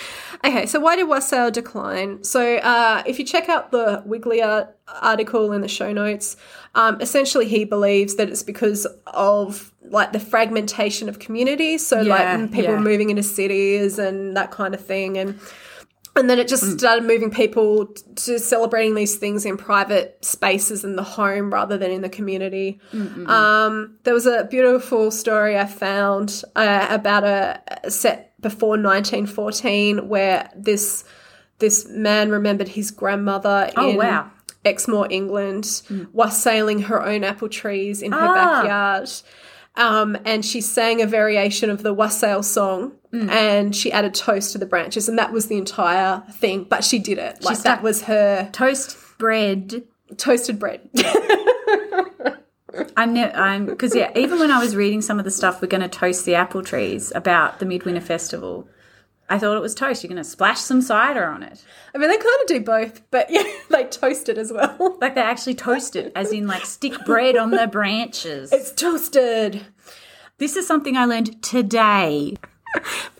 Okay, so why did Wassail decline? So uh, if you check out the Wiggly ar- article in the show notes, um, essentially he believes that it's because of like the fragmentation of communities. So Yeah, like people yeah. moving into cities and that kind of thing, and and then it Mm. just started moving people t- to celebrating these things in private spaces in the home rather than in the community. Mm-hmm. Um, there was a beautiful story I found uh, about a a set before 1914 where this this man remembered his grandmother Oh, in wow. Mm. Exmoor, England, wassailing her own apple trees in her Ah. backyard. Um, and she sang a variation of the wassail song Mm. and she added toast to the branches and that was the entire thing but she did it like stuck- that was her Toast bread. toasted bread <laughs> I'm ne- I'm because yeah. Even when I was reading some of the stuff, we're gonna toast the apple trees about the midwinter festival. I thought it was toast. You're gonna splash some cider on it. i mean they kind of do both but <laughs> yeah they toast it as well Like they actually toast it, as in like stick bread on the branches. it's toasted This is something I learned today.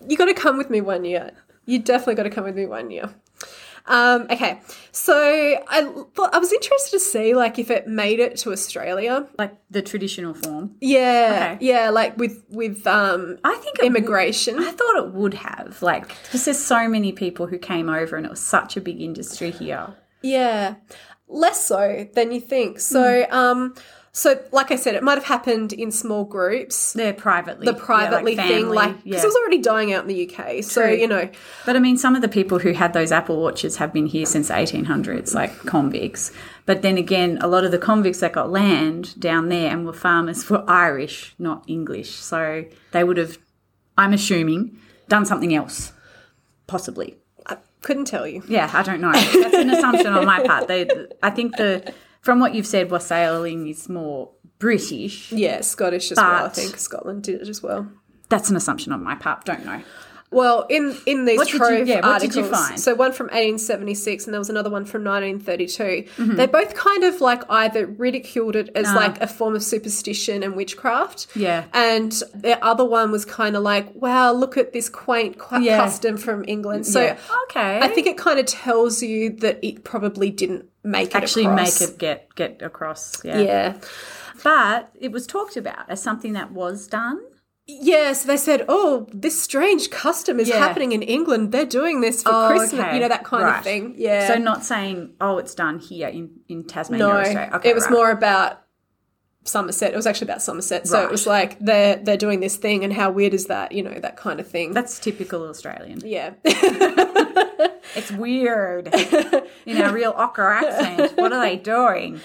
you got to come with me one year. You definitely got to come with me one year. Um, okay, so I thought I was interested to see like if it made it to Australia. Like the traditional form. Yeah, Okay. yeah, like with with um, I think it would- immigration. I thought it would have, like, because there's so many people who came over and it was such a big industry here. Yeah, less so than you think. So, Hmm. um, so like I said, it might have happened in small groups. They're privately. The privately thing, like because yeah. it was already dying out in the UK, so True. you know, But I mean, some of the people who had those apple orchards have been here since the 1800s, like convicts. But then again, a lot of the convicts that got land down there and were farmers were Irish, not English. So they would have, I'm assuming, done something else, possibly. I couldn't tell you. Yeah, I don't know. <laughs> That's an assumption on my part. They, I think the from what you've said, wassailing is more British. Yeah, Scottish as well. I But- think Scotland did it as well. That's an assumption on my part. Don't know. Well, in in these What did you- trove yeah, what did articles, you find? so one from 1876 and there was another one from 1932. Mm-hmm. They both kind of like either ridiculed it as like a form of superstition and witchcraft, Yeah. and the other one was kind of like, wow, look at this quaint cu- Yeah. custom from England. So Yeah. okay, I think it kind of tells you that it probably didn't make it actually across. make it get get across. Yeah. Yeah. but it was talked about as something that was done. Yeah, so they said, oh, this strange custom is Yeah. Oh, happening in England. They're doing this for Christmas, okay. Oh, you know, that kind Right. of thing. Yeah. So not saying oh, it's done here in in Tasmania. No, or Australia. Okay, it was right. more about Somerset. It was actually about Somerset. So it was like they're they're doing this thing, and how weird is that? You know, that kind of thing. That's typical Australian. yeah, <laughs> It's weird. you know, real ochre accent. What are they doing?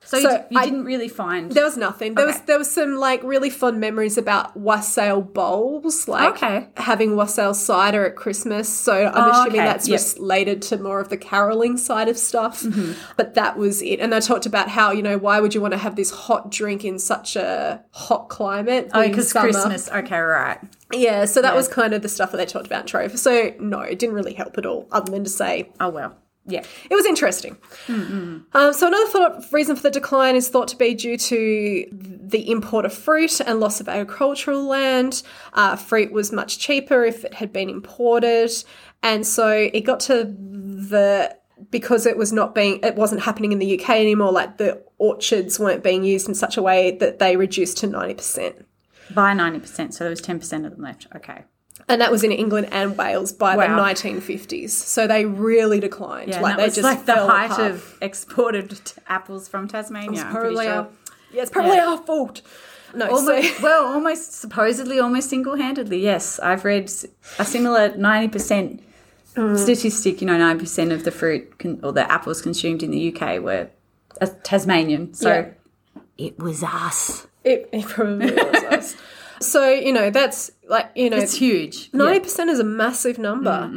So, you, So d- you I- didn't really find. there was nothing. There was Okay. there was some like really fond memories about wassail bowls, like Okay. having wassail cider at Christmas. So I'm Oh, assuming okay. that's Yep. Mm-hmm. related to more of the caroling side of stuff. But that was it. And I talked about how you know why would you want to have this hot drink in such a hot climate? Oh, being because summer? Christmas. Okay, right. Yeah, so that was kind of the stuff that they talked about in Trove. So no, it didn't really help at all, other than to say Oh well. Yeah. it was interesting. Um, so another thought, reason for the decline is thought to be due to the import of fruit and loss of agricultural land. Uh, fruit was much cheaper if it had been imported, and so it got to the because it was not being it wasn't happening in the UK anymore. Like the orchards weren't being used in such a way that they reduced to ninety percent. By ninety percent, so there was ten percent of them left. Okay. and that was in England and Wales by Wow. the 1950s. So they really declined. Yeah, like and that they was just like the fell height apart. of exported <laughs> t- apples from Tasmania. I'm pretty probably sure. our, yeah, it's probably Yeah. our fault. No, so <laughs> <laughs> Almost, well, almost supposedly, almost single-handedly. Yes, I've read s- a similar ninety percent Mm. statistic. You know, ninety percent of the fruit con- or the apples consumed in the UK were uh, Tasmanian. So Yeah. it was us. it, it probably was <laughs> us. So you know that's like you know It's huge. Yeah. Mm, Ninety percent is a massive number,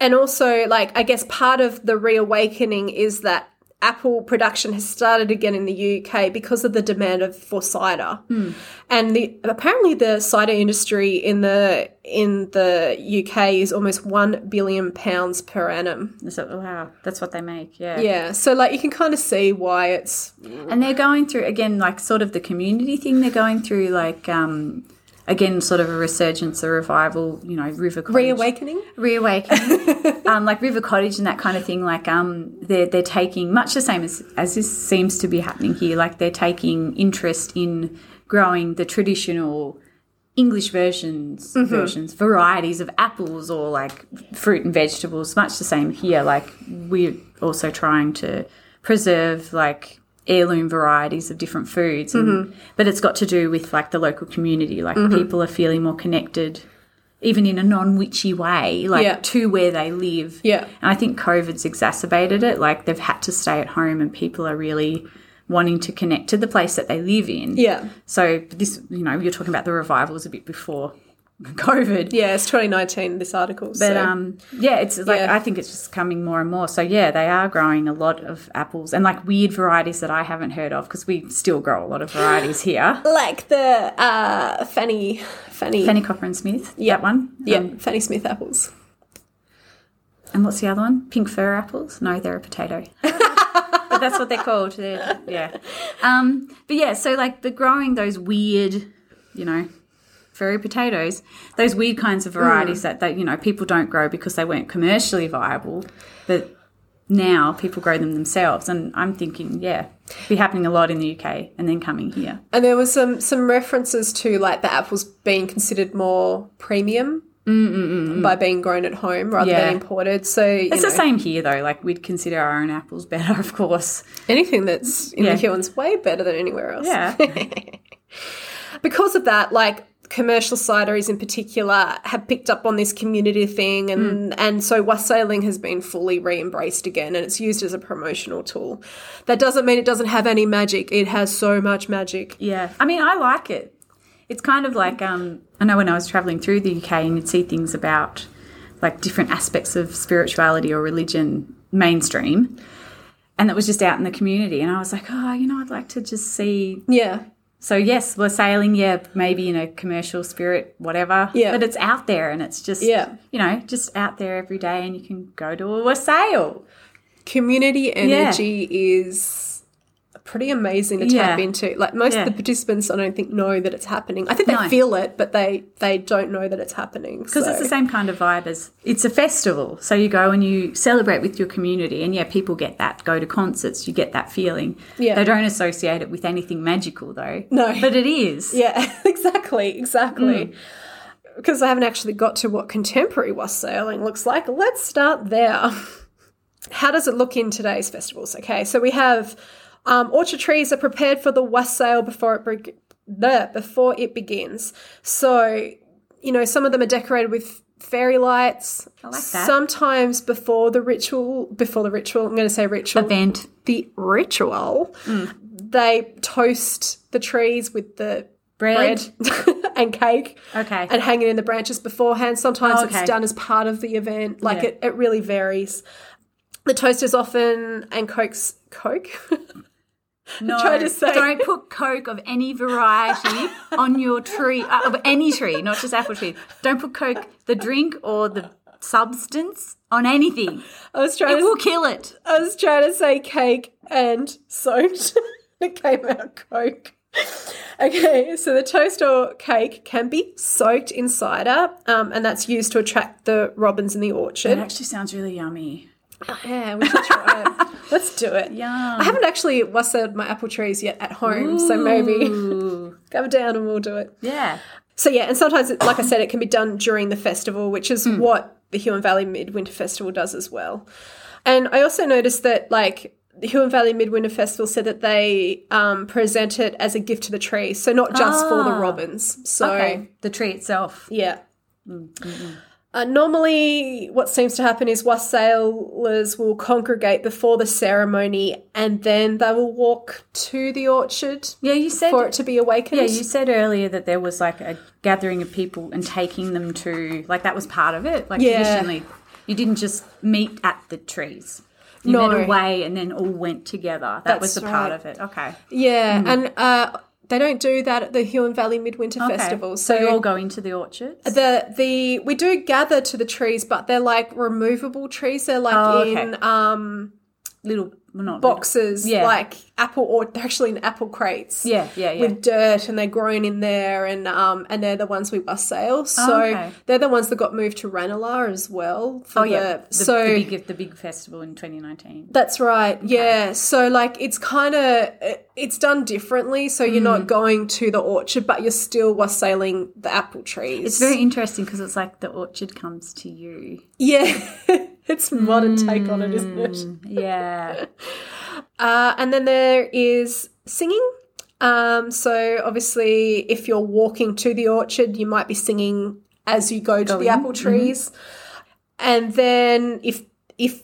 and also like I guess part of the reawakening is that apple production has started again in the UK because of the demand of, for cider. Mm. And the apparently the cider industry in the in the UK is almost 1 billion pounds per annum. Is that, wow, that's what they make. Yeah. Yeah, so like you can kind of see why it's And they're going through again, like sort of the community thing. They're going through like um, again, sort of a resurgence, a revival. You know, River Cottage reawakening. reawakening, <laughs> um, like River Cottage and that kind of thing. Like um, they're they're taking much the same as as this seems to be happening here. Like they're taking interest in growing the traditional English versions, Mm-hmm. versions, varieties of apples or like fruit and vegetables. Much the same here. Like we're also trying to preserve like heirloom varieties of different foods, and, Mm-hmm. but it's got to do with like the local community. Like people are feeling more connected even in a non witchy way, like Yeah. to where they live. Yeah. And I think COVID's exacerbated it. Like they've had to stay at home and people are really wanting to connect to the place that they live in. Yeah. So this, you know, you're talking about the revivals a bit before <laughs> COVID. Yeah, it's 2019 this article. But so. um, yeah, it's like Yeah. I think it's just coming more and more. So yeah, they are growing a lot of apples and like weird varieties that I haven't heard of because we still grow a lot of varieties <laughs> here. like the uh, Fanny, Fanny, Fanny Copper and Smith, that one. yeah, Um, Fanny Smith apples. And what's the other one? Pink fir apples? No, they're a potato. <laughs> but that's what they're called. They're, yeah. Um, but yeah, so like the growing those weird, you know, furry potatoes, those weird kinds of varieties that, that, you know, people don't grow because they weren't commercially viable, but now people grow them themselves. And I'm thinking, yeah, be happening a lot in the UK and then coming here. And there was some some references to like the apples being considered more premium by being grown at home rather Yeah. than imported. So you It's know, the same here though. Like we'd consider our own apples better, <laughs> of course. anything that's in Yeah. the Huon's way better than anywhere else. <laughs> Yeah. because of that, like commercial cideries in particular have picked up on this community thing Mm. and and so wassailing has been fully re-embraced again and it's used as a promotional tool. That doesn't mean it doesn't have any magic. It has so much magic. Yeah. I mean, I like it. It's kind of like um, I know when I was traveling through the UK and you'd see things about like different aspects of spirituality or religion mainstream. And that was just out in the community. And I was like, oh, you know, I'd like to just see. Yeah. So, yes, we're sailing, yeah, maybe in a commercial spirit, whatever. Yeah. But it's out there and it's just, Yeah. you know, just out there every day and you can go to a wassail. community energy is pretty amazing to tap Yeah. into. Like most Yeah. of the participants, I don't think know that it's happening. I think they No. feel it, but they they don't know that it's happening. Because so- it's the same kind of vibe as it's a festival. So you go and you celebrate with your community. And yeah, people get that. Go to concerts, you get that feeling. Yeah. They don't associate it with anything magical though. No. But it <laughs> is. yeah, exactly, exactly. Hmm. Because I haven't actually got to what contemporary wassailing looks like. Let's start there. <laughs> How does it look in today's festivals? Okay, so we have um, orchard trees are prepared for the wassail before it beg the before it begins. So you know, some of them are decorated with fairy lights. I like that. Sometimes before the ritual, before the ritual, I'm going to say ritual Event. the ritual, Hmm. they toast the trees with the Bread. bread, <laughs> and cake Okay. and hang it in the branches beforehand. Sometimes Oh, okay. it's done as part of the event. Like Yeah. it, it really varies. The toast is often and Coke's Coke. <laughs> no, trying to say- don't put coke of any <laughs> variety on your tree, uh, of any tree, not just apple tree. Don't put coke, the drink or the substance on anything. I was trying It to will kill it. I was trying to say cake and soaked. <laughs> it came out Coke. <laughs> Okay, so the toast or cake can be soaked in cider, um, and that's used to attract the robins in the It orchard. actually sounds really yummy. Yeah, we should try it. <laughs> Let's do it. Yum. I haven't actually wassailed my apple trees yet at home, so <laughs> maybe Ooh. come down and we'll do it. Yeah. So yeah, and sometimes, it, like I said, it can be done during the festival, which is Hmm. what the Huon Valley Midwinter Festival does as well. And I also noticed that like the Huon Valley Midwinter Festival said that they um, present it as a gift to the trees, so not just for the Ah. robins. So Okay. The tree itself. yeah. Mm, Uh, normally, what seems to happen is wassailers will congregate before the ceremony and then they will walk to the orchard Yeah, you said for it to be awakened. Yeah, you said earlier that there was like a gathering of people and taking them to like that was part of it. Like Yeah. traditionally, you didn't just meet at the trees. You No. went away and then all went together. That That's was a part of it. Okay. Yeah, Mm. and uh, they don't do that at the Huon Valley Midwinter Okay. Festival. So So you all go into the orchards? the the we do gather to the trees, but they're like removable trees. They're like Oh, okay. in um, little, well, not little- boxes, Yeah. like apple or they're actually in apple crates. Yeah, yeah, yeah. With dirt and they're grown in there and um and they're the ones we bus sale. So Oh, okay. they're the ones that got moved to Ranelagh as well. For oh, yeah. the- The, so the, big, the big festival in 2019. That's right. Yeah. So like it's kind of it's done differently. So you're Mm. not going to the orchard, but you're still wassailing the apple trees. It's very interesting because it's like the orchard comes to you. yeah. <laughs> it's modern take on it, isn't Mm. it? <laughs> Yeah. Uh, and then there is singing. Um, so obviously, if you're walking to the orchard, you might be singing as you go to the apple trees. And then if if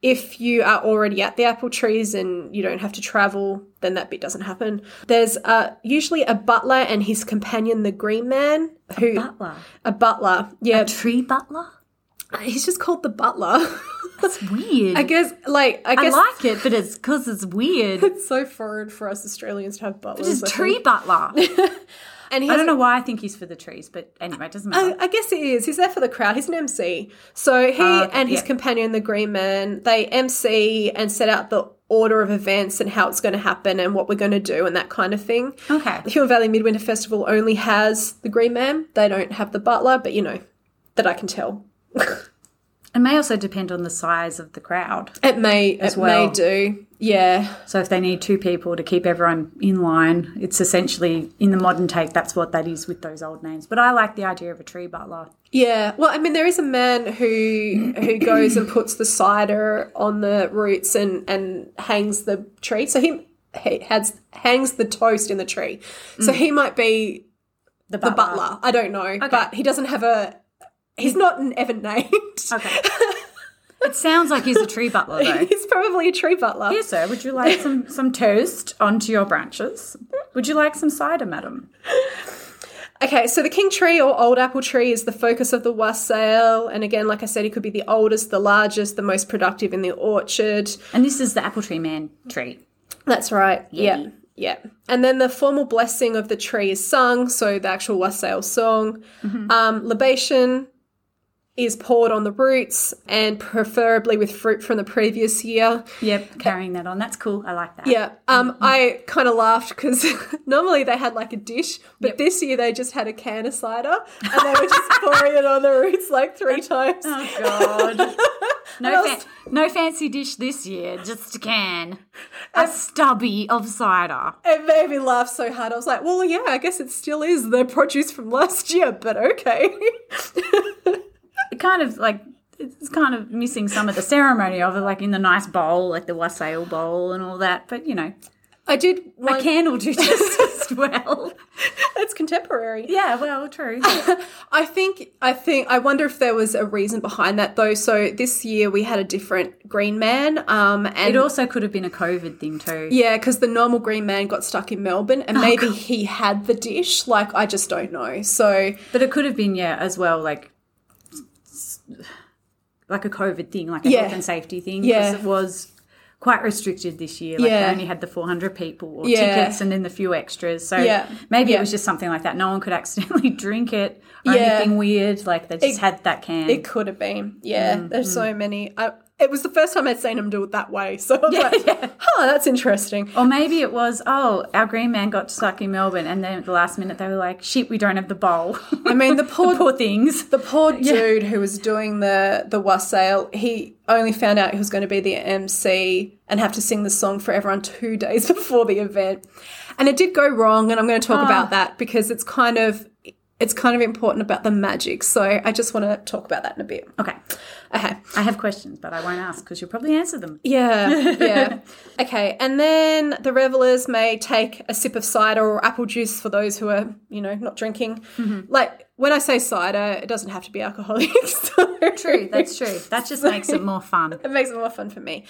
if you are already at the apple trees and you don't have to travel, then that bit doesn't happen. There's uh, usually a butler and his companion, the Green Man, who butler. a butler. Yeah, Tree butler? <laughs> he's just called the butler. <laughs> That's weird. I guess, like I I guess like it, but it's because it's weird. It's so foreign for us Australians to have butlers. It's I think. tree butler. and he I has- don't know why I think he's for the trees, but anyway, it doesn't matter. I guess it is. He's there for the crowd. He's an MC. So he and his yeah. companion, the Green Man, they MC and set out the order of events and how it's going to happen and what we're going to do and that kind of thing. Okay. The Hill Valley Midwinter Festival only has the Green Man. They don't have the butler, but you know, that I can tell. It may also depend on the size of the crowd. It may, it well. may do. Yeah. So if they need two people to keep everyone in line, it's essentially in the modern take that's what that is with those old names. But I like the idea of a tree butler. Yeah, well, I mean, there is a man who <clears throat> who goes and puts the cider on the roots and and hangs the tree. So he, he has hangs the toast in the tree. So he might be Mm. The the butler. butler. I don't know, but he doesn't have a. He's not an ever <laughs> named. Okay. it sounds like he's a tree butler <laughs> though. he's probably a tree butler. Here, sir, would you like some, some toast onto your branches? Would you like some cider, madam? Okay, so the king tree or old apple tree is the focus of the wassail, and again, like I said, he could be the oldest, the largest, the most productive in the orchard. And this is the apple tree man tree. That's right. Yeah. Yay. Yeah. And then the formal blessing of the tree is sung, so the actual wassail song. Um, libation is poured on the roots and preferably with fruit from the previous year. Yep, carrying that on. That's cool. I like that. Yeah. Um, I kind of laughed because <laughs> normally they had like a dish, but this year they just had a can of cider and they were just pouring it on the roots like three times. Oh <laughs> God. No, What fa- else? no fancy dish this year, just a can. A stubby of cider. It made me laugh so hard. I was like, well, yeah, I guess it still is the produce from last year, but okay. It kind of like it's kind of missing some of the ceremony of it, like in the nice bowl, like the wassail bowl and all that. But you know, I did one. a can will do <laughs> just as well. It's contemporary. Yeah, well, true. I think I think I wonder if there was a reason behind that though. So this year we had a different green man. Um and It also could have been a COVID thing too. yeah, because the normal green man got stuck in Melbourne and maybe he had the dish. Like I just don't know. So But it could have been, yeah, as well, like s- like a COVID thing, like a Yeah. health and safety thing. Yeah. Because it was quite restricted this year. Like Yeah. they only had the 400 people or Yeah. tickets and then the few extras. So Yeah. maybe Yeah. it was just something like that. No one could <laughs> accidentally drink it or Yeah. anything weird. Like they just had that can. it could have been. Yeah. There's so many. I, it was the first time I'd seen him do it that way. So I was like, huh, that's interesting. or maybe it was, oh, our green man got stuck in Melbourne, and then at the last minute they were like, "Shit, we don't have the bowl." <laughs> I mean the poor Poor things. The <laughs> poor dude who was doing the the wassail, he only found out he was going to be the MC and have to sing the song for everyone two days <laughs> before the event, and it did go wrong. And I'm going to Ah. talk about that because it's kind of it's kind of important about the magic. So I just want to talk about that in a bit. Okay, Okay. I have questions, but I won't ask because you'll probably answer them. Yeah, <laughs> <laughs> yeah. Okay, and then the revelers Mm-hmm. may take a sip of cider or apple juice for those who are, you know, not drinking. Like When I say cider, it doesn't have to be alcoholic. <laughs> So True, that's <laughs> true. That just makes it more fun. it makes it more fun for <laughs> me.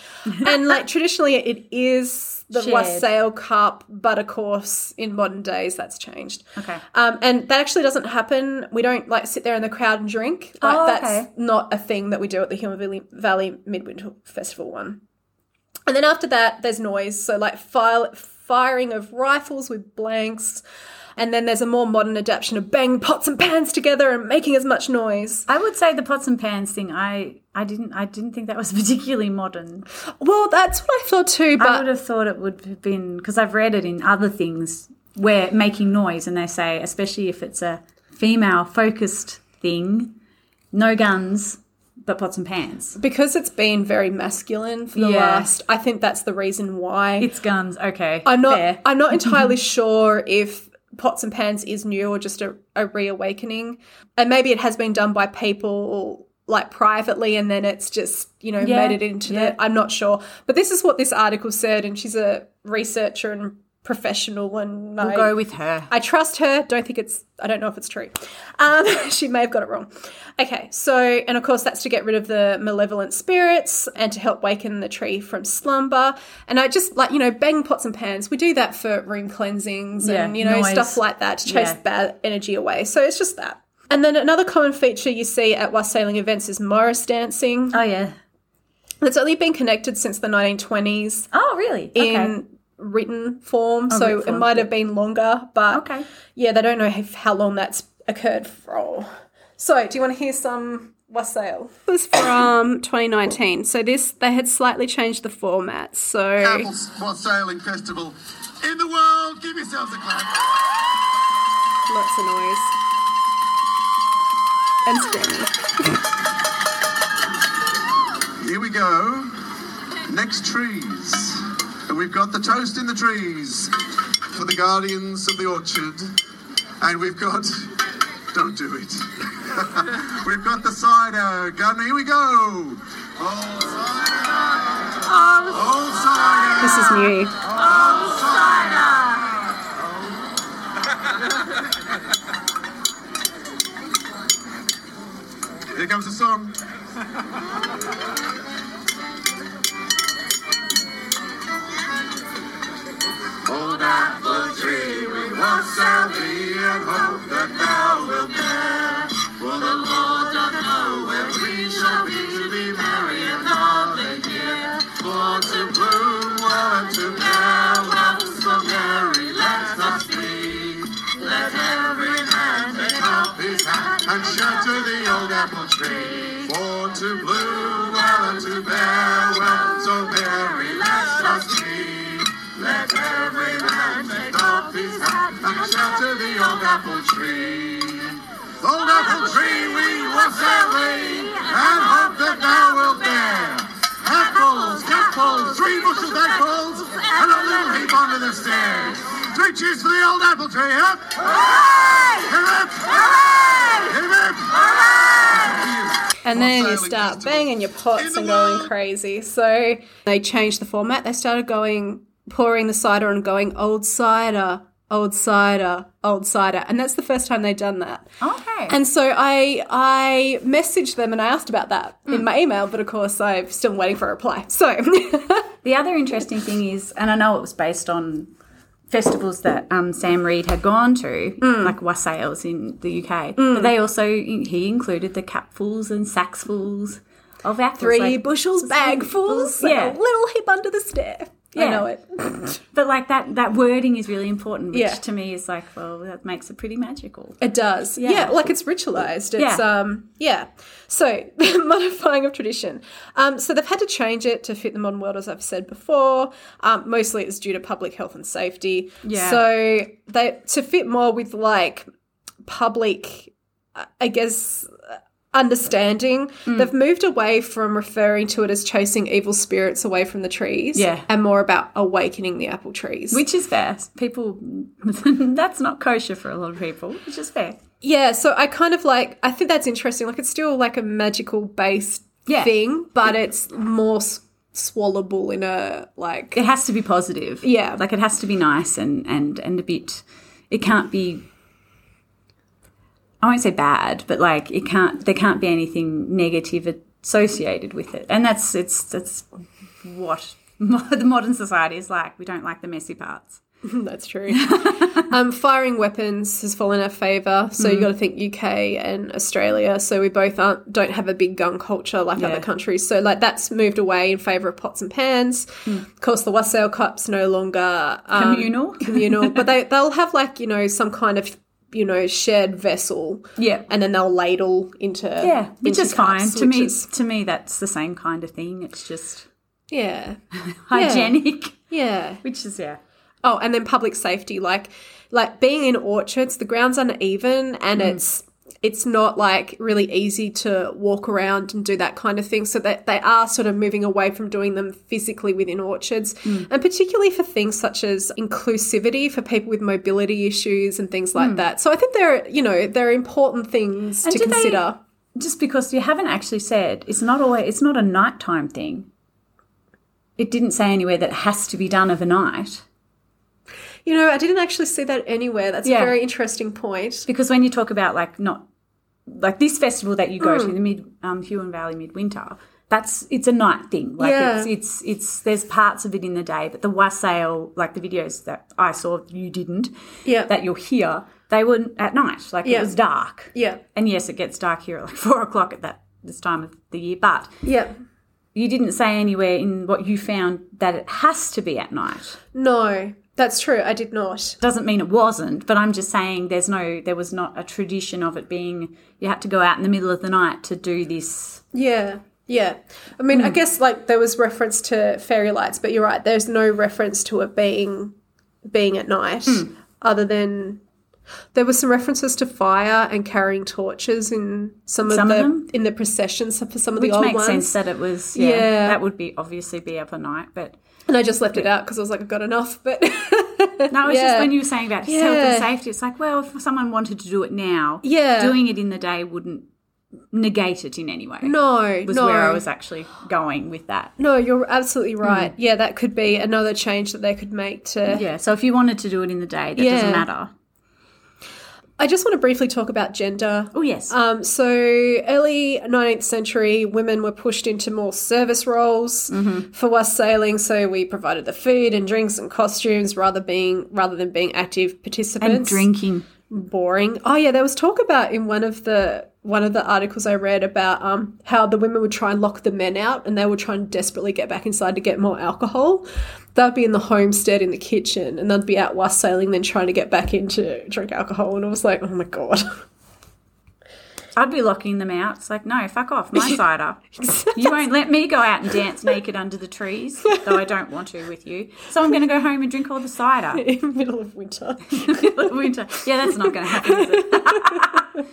and like traditionally, it is the Shared. wassail cup, but of course, in modern days, that's changed. Okay. Um, and that actually doesn't happen. We don't like sit there in the crowd and drink. Like, Oh, that's okay. not a thing that we do at the Human Valley, Valley Midwinter Festival one. And then after that, there's noise. So like file, firing of rifles with blanks. And then there's a more modern adaptation of banging pots and pans together and making as much noise. I would say the pots and pans thing. I I didn't I didn't think that was <laughs> particularly modern. Well, that's what I thought too. But I would have thought it would have been because I've read it in other things where making noise, and they say, especially if it's a female focused thing, no guns but pots and pans. because it's been very masculine for the Yeah. last i think that's the reason why It's guns. Okay, i'm not fair. i'm <laughs> not entirely sure if pots and pans is new or just a, a reawakening and maybe it has been done by people like privately and then it's just you know Yeah, made it into yeah. the i'm not sure but this is what this article said and she's a researcher and professional and I- We'll go with her. I trust her. Don't think it's. I don't know if it's true. Um, <laughs> she may have got it wrong. Okay, so and of course that's to get rid of the malevolent spirits and to help waken the tree from slumber. And I just like you know bang pots and pans. We do that for room cleansings and Yeah, you know noise. stuff like that to chase Yeah. bad energy away. So it's just that. And then another common feature you see at wassailing events is Morris dancing. Oh yeah. It's only been connected since the 1920s Oh really? Okay. in written form, Oh, so written it form, might have been longer, but Okay. yeah, they don't know if, how long that's occurred for. So, do you want to hear some wassail? was from <coughs> 2019. So this they had slightly changed the format. Ah. So Apples for Sailing Festival in the world. Give yourselves a clap. lots of noise and screaming. Here we go. Next trees. And we've got the toast in the trees for the guardians of the orchard. And we've got. Don't do it. <laughs> we've got the cider gun. Here we go. Old cider. Old cider. This is new. Here comes the song. Old apple tree, we want thee and hope that thou wilt bear. For the Lord doth know where we shall be to be merry another year. For to bloom well and to bear love's so merry, let us be. Let every man take up his hat and shout to the old apple tree. For to bloom well and to bear well, so merry, let us be. Let every man take off his hat and shout to the old apple tree. Old apple tree, we will thee, and hope that thou wilt bear. Apples, apples, three bushels of apples, and a little heap under the stairs. Three cheers for the old apple tree, up! Hip hip! Hip hip! And then you Wassailing start festival banging your in pots the and going world. crazy. So they changed the format. They started going pouring the cider and going old cider, old cider, old cider, and that's the first time they've done that. Okay. And so I I messaged them and I asked about that Hmm. in my email, but of course I'm still waiting for a reply. <laughs> So The other interesting thing is, and I know it was based on festivals that um, Sam Reed had gone to, Hmm. like wassails in the UK, but they also he included the capfuls and sacksfuls of apples. three like- bushels bagfuls, Yeah. yeah, a little heap under the stair. I Yeah. know it. but like that that wording is really important, which Yeah. to me is like, well, that makes it pretty magical. It does. Yeah. like it's ritualized. It's Yeah. um yeah. So <laughs> modifying of tradition. Um so they've had to change it to fit the modern world as I've said before. Um mostly it's due to public health and safety. Yeah. So they to fit more with like public uh, I guess uh, understanding they've moved away from referring to it as chasing evil spirits away from the trees Yeah. and more about awakening the apple trees Which is fair. People, <laughs> that's not kosher for a lot of people, which is fair. Yeah, so I kind of like I think that's interesting. Like it's still like a magical based Yeah. thing, but it's more s- swallowable in a like it has to be positive. Yeah. Like it has to be nice and and and a bit it can't be I won't say bad, but like it can't there can't be anything negative associated with it. And that's it's that's what <laughs> the modern society is like. We don't like the messy parts. <laughs> That's true. um, firing weapons has fallen out of favour. So Mm. you got to think UK and Australia. So we both aren't, don't have a big gun culture like Yeah. other countries. So like that's moved away in favour of pots and pans. Hmm. Of course, the wassail cup's no longer um, Communal. communal, but they they'll have like you know some kind of you know shared vessel. Yeah. <laughs> and then they'll ladle into Yeah, which into is fine. cups, to which me, is- to me, that's the same kind of thing. It's just yeah, hygienic, <laughs> yeah. which is yeah, Oh, and then public safety, like like being in orchards, the ground's uneven and Mm. it's it's not like really easy to walk around and do that kind of thing. So that they are sort of moving away from doing them physically within orchards. Mm. And particularly for things such as inclusivity for people with mobility issues and things like that. So I think they're you know, they're important things Mm. And to do they- consider. just because you haven't actually said it's not always it's not a nighttime thing. It didn't say anywhere that it has to be done overnight. You know, I didn't actually see that anywhere. That's Yeah. a very interesting point. Because when you talk about like not like this festival that you go Mm. to, the mid um, Huon Valley Midwinter, that's it's a night thing. Like Yeah. it's, it's it's there's parts of it in the day, but the wassail like the videos that I saw you didn't, Yeah. that you'll hear they were at night. Like it Yeah. was dark. Yeah. And yes, it gets dark here at like four o'clock at that this time of the year, but Yeah. you didn't say anywhere in what you found that it has to be at night. No. That's true. I did not. Doesn't mean it wasn't, but I'm just saying there's no there was not a tradition of it being you had to go out in the middle of the night to do this. Yeah. Yeah. I mean, Hmm. I guess like there was reference to fairy lights, but you're right. There's no reference to it being being at night Hmm. other than there were some references to fire and carrying torches in some, Some of of the them? in the processions for some of Which the old makes ones. sense that it was yeah, Yeah. that would be obviously be up at night, but And I just left it out because I was like, I've got enough. But <laughs> no, it's Yeah. just when you were saying about health and Yeah. safety, it's like, well, if someone wanted to do it now, Yeah. doing it in the day wouldn't negate it in any way. no, <laughs> was no, where I was Hmm. actually going with that. no. You're absolutely right. Yeah, that could be another change that they could make to Yeah, so if you wanted to do it in the day, that Yeah. doesn't matter. I just want to briefly talk about gender. Oh yes, Um, so early 19th century, women were pushed into more service roles for wassailing. So we provided the food and drinks and costumes rather being rather than being active participants. and drinking. boring. Oh yeah, there was talk about in one of the one of the articles I read about um, how the women would try and lock the men out, and they would try and desperately get back inside to get more alcohol. They'd be in the homestead in the kitchen, and they'd be out wassailing, then trying to get back in to drink alcohol. And I was like, oh my god. <laughs> I'd be locking them out. It's like, no, fuck off, my cider. You won't let me go out and dance naked under the trees, though I don't want to with you. So I'm going to go home and drink all the <laughs> cider. in the middle of winter. Winter. Yeah, that's not going to happen. Is it?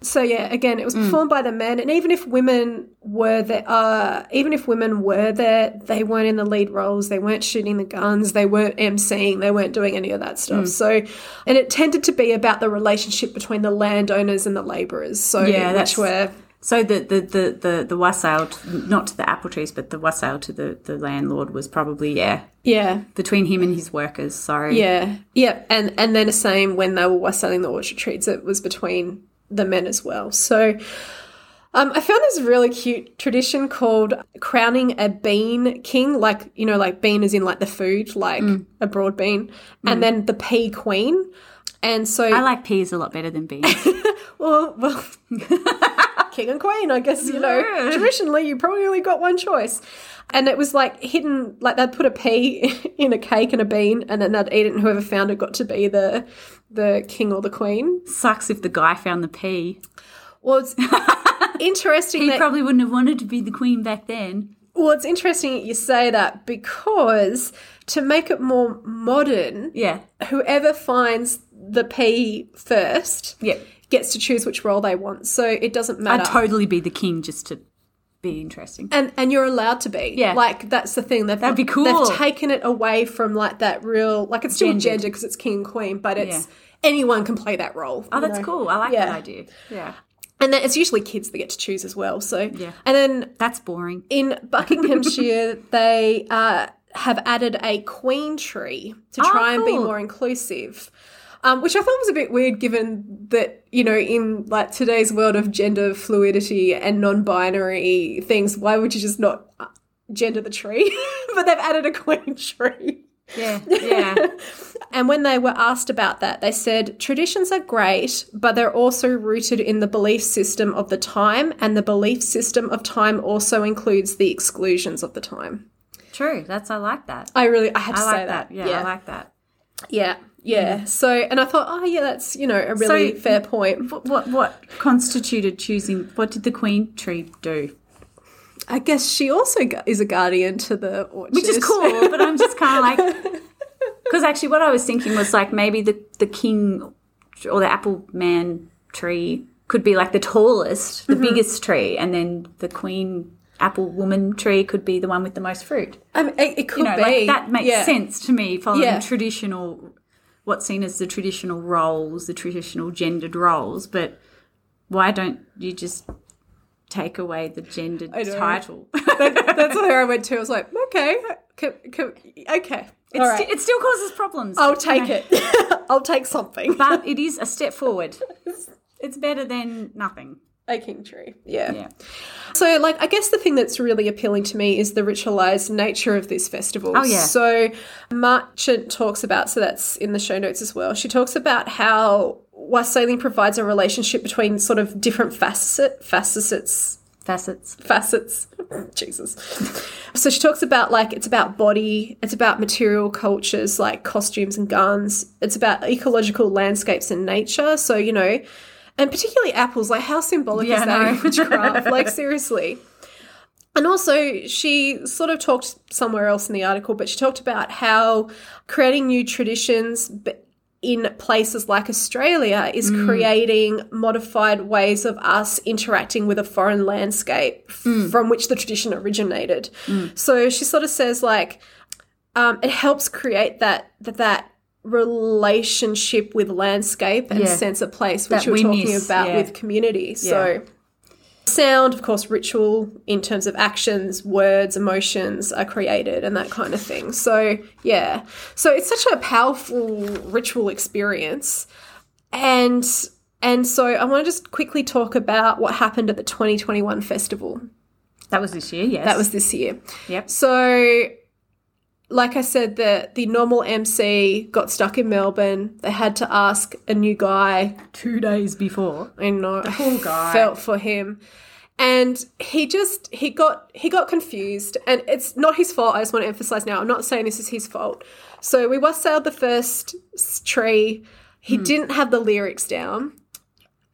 so Mm. yeah, again, it was performed by the men, and even if women were there, uh, even if women were there, they weren't in the lead roles. They weren't shooting the guns. They weren't emceeing. They weren't doing any of that stuff. Mm. So, and it tended to be about the relationship between the landowners and the laborers. So Yeah, which that's- were So the the the the, the wassail, to, not to the apple trees, but the wassail to the the landlord was probably yeah yeah, between him and his workers. Sorry. yeah, yeah, and and then the same when they were selling the orchard trees, it was between the men as well. So. Um, I found this really cute tradition called crowning a bean king, like you know, like bean is in like the food, like Mm. a broad bean, and then the pea queen. And so, I like peas a lot better than beans. well, well <laughs> king and queen, I guess you know. Yeah. Traditionally, you probably only got one choice, and it was like hidden, like they'd put a pea <laughs> in a cake and a bean, and then they'd eat it, and whoever found it got to be the the king or the queen. Sucks if the guy found the pea. Well, <laughs> it's interesting. He that- probably wouldn't have wanted to be the queen back then. Well, it's interesting that you say that because to make it more modern, Yeah. whoever finds the P first Yep. gets to choose which role they want. So it doesn't matter. I'd totally be the king just to be interesting. and and you're allowed to be. Yeah. Like that's the thing. They've, That'd be cool. They've taken it away from like that real like it's still Gendered. gender because it's king and queen, but it's Yeah. anyone can play that role. Oh, that's cool. I like Yeah. that idea. Yeah. And then it's usually kids that get to choose as well. So Yeah. And then That's boring. in <laughs> Buckinghamshire, they uh, have added a queen tree to Oh, try and be cool. more inclusive. um, which I thought was a bit weird given that, you know, in like today's world of gender fluidity and non binary things, why would you just not uh, gender the tree? <laughs> but they've added a queen tree. <laughs> <laughs> Yeah, yeah. And when they were asked about that, they said traditions are great, but they're also rooted in the belief system of the time, and the belief system of time also includes the exclusions of the time. True. That's I like that. I really, I had to I say like that. that. Yeah, I like that. yeah, yeah. So, and I thought, oh yeah, that's you know a really So- fair point. What, what what constituted choosing? What did the queen tree do? I guess she also gu- is a guardian to the orchard, Which is cool, but I'm just kind of <laughs> like because actually, what I was thinking was like maybe the the king or the apple man tree could be like the tallest, the biggest tree, and then the queen apple woman tree could be the one with the most fruit. <laughs> Um, it, it could You know, be like that makes Yeah. sense to me following Yeah. traditional what's seen as the traditional roles, the traditional gendered roles, but why don't you just take away the gendered know. title? <laughs> That's where I went to. I was like, okay, c- c- okay, It, all right. sti- it still causes problems. I'll take it. <laughs> I'll take something. <laughs> But it is a step forward. It's better than nothing. A king tree. Yeah. So, like, I guess the thing that's really appealing to me is the ritualized nature of this festival. Oh, yeah. So, Marchant talks about, so that's in the show notes as well, she talks about how wassailing provides a relationship between sort of different facet, facets Facets. facets. <laughs> Jesus. So she talks about like it's about body, it's about material cultures like costumes and guns, it's about ecological landscapes and nature. So, you know, and particularly apples, like how symbolic Yeah, is I that in know. witchcraft? <laughs> like seriously. And also, she sort of talked somewhere else in the article, but she talked about how creating new traditions b- in places like Australia is Mm. creating modified ways of us interacting with a foreign landscape f- Mm. from which the tradition originated. So she sort of says, like, um, it helps create that that that relationship with landscape and Yeah. sense of place, That which we we are talking miss, about yeah. with community. So sound, of course, ritual in terms of actions, words, emotions are created and that kind of thing. So, yeah. So it's such a powerful ritual experience. And and so I want to just quickly talk about what happened at the 2021 festival. That was this year, yes. That was this year. Yep. So, like I said, the the normal MC got stuck in Melbourne. They had to ask a new guy. two days before. I know. The poor <laughs> guy. Felt for him. And he just he got he got confused, and it's not his fault. I just want to emphasize now. I'm not saying this is his fault. So we wassailed the first s- tree. He didn't have the lyrics down,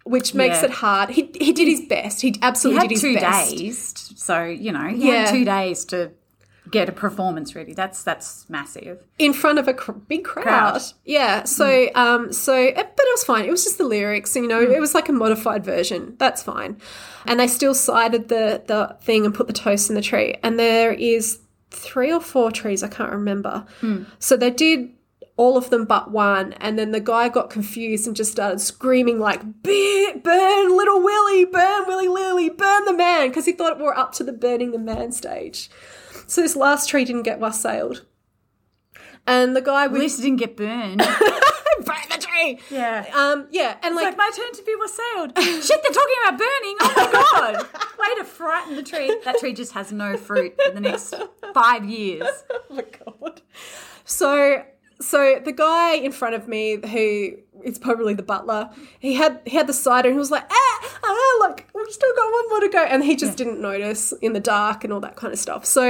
which makes Hmm. Yeah. it hard. He he did his best. He He absolutely had did his two best. days, t- so you know, he Yeah. had two days to get a performance ready. That's that's massive. in front of a cr- big crowd. Crowd. Yeah. So, um, so, eh, but it was fine. It was just the lyrics, and you know, it was like a modified version. That's fine. And they still sided the the thing and put the toast in the tree. And there is three or four trees. I can't remember. So they did all of them but one and then the guy got confused and just started screaming like "Bi- burn little willie burn willie lily burn the man because he thought we were up to the burning the man stage so this last tree didn't get wassailed and the guy At with least it didn't get burned. burn the tree. yeah. Um, <laughs> yeah, and It's like, like my turn to be wassailed. Shit, they're talking about burning. Oh my god! Way to frighten the tree. That tree just has no fruit for the next five years. <laughs> oh my god. So, so the guy in front of me, who is probably the butler, he had he had the cider and he was like, ah, ah look, we've still got one more to go, and he just didn't notice in the dark and all that kind of stuff. So,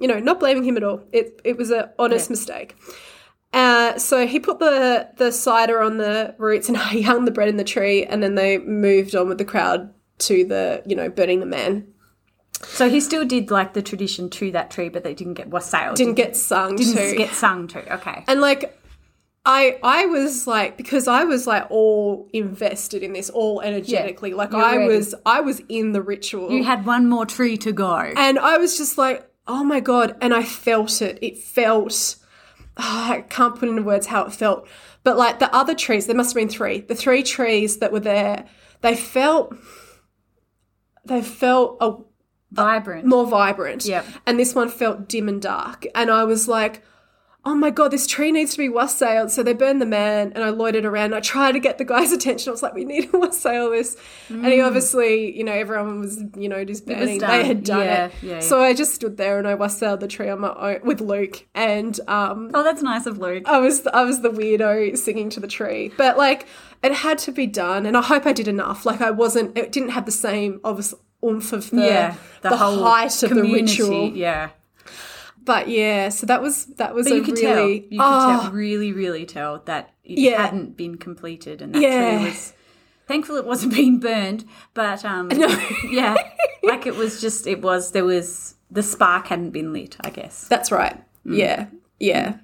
you know, not blaming him at all. It it was an honest mistake. Uh, so he put the the cider on the roots and <laughs> he hung the bread in the tree, and then they moved on with the crowd to the you know burning the man So he still did like the tradition to that tree, but they didn't get wassailed. didn't get sung didn't to. get sung to. Okay. and like I I was like because I was like all invested in this, all energetically. like you're I ready. was I was in the ritual. You had one more tree to go. and I was just like, oh my god, and I felt it. It felt oh, I can't put into words how it felt. But like the other trees, there must have been three. The three trees that were there, they felt they felt a Vibrant. more vibrant. Yep. And this one felt dim and dark. And I was like, oh my god, this tree needs to be wassailed. So they burned the man, and I loitered around. I tried to get the guy's <laughs> attention. I was like, we need to wassail this. And he obviously, you know, everyone was, you know, just burning. They Mm. done. had done Yeah, it. yeah, yeah. So I just stood there and I wassailed the tree on my own with Luke. And um, Oh, that's nice of Luke. I was I was the weirdo singing to the tree, but like it had to be done, and I hope I did enough. Like I wasn't, it didn't have the same obvious oomph of the yeah, the, height of the community, ritual. Yeah, But yeah, so that was that was but a you could really tell, you could oh, tell, really, really tell that it Yeah. hadn't been completed, and that Yeah. tree was. Thankful it wasn't <laughs> being burned, but um, <laughs> yeah, like it was just it was there was the spark hadn't been lit. I guess That's right. Yeah, yeah,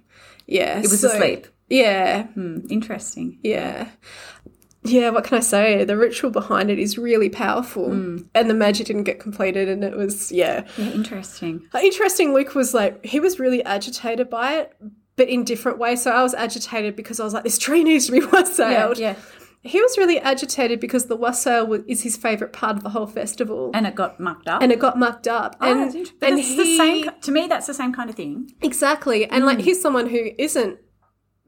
yeah. Mm. it was asleep. Yeah, Hmm, interesting. yeah. Yeah, what can I say? The ritual behind it is really powerful. Mm. And the magic didn't get completed, and it was, yeah. Yeah, <laughs> interesting. Interesting, Luke was like, he was really agitated by it, but in different ways. So I was agitated because I was like, this tree <laughs> needs to be wassailed. yeah. He was really agitated because the wassail wa- is his favourite part of the whole festival. And- And it got mucked up. it got mucked up, Oh, and that's inter- but and it's he the same. ki- To me, that's the same kind of thing. exactly, and like he's someone who isn't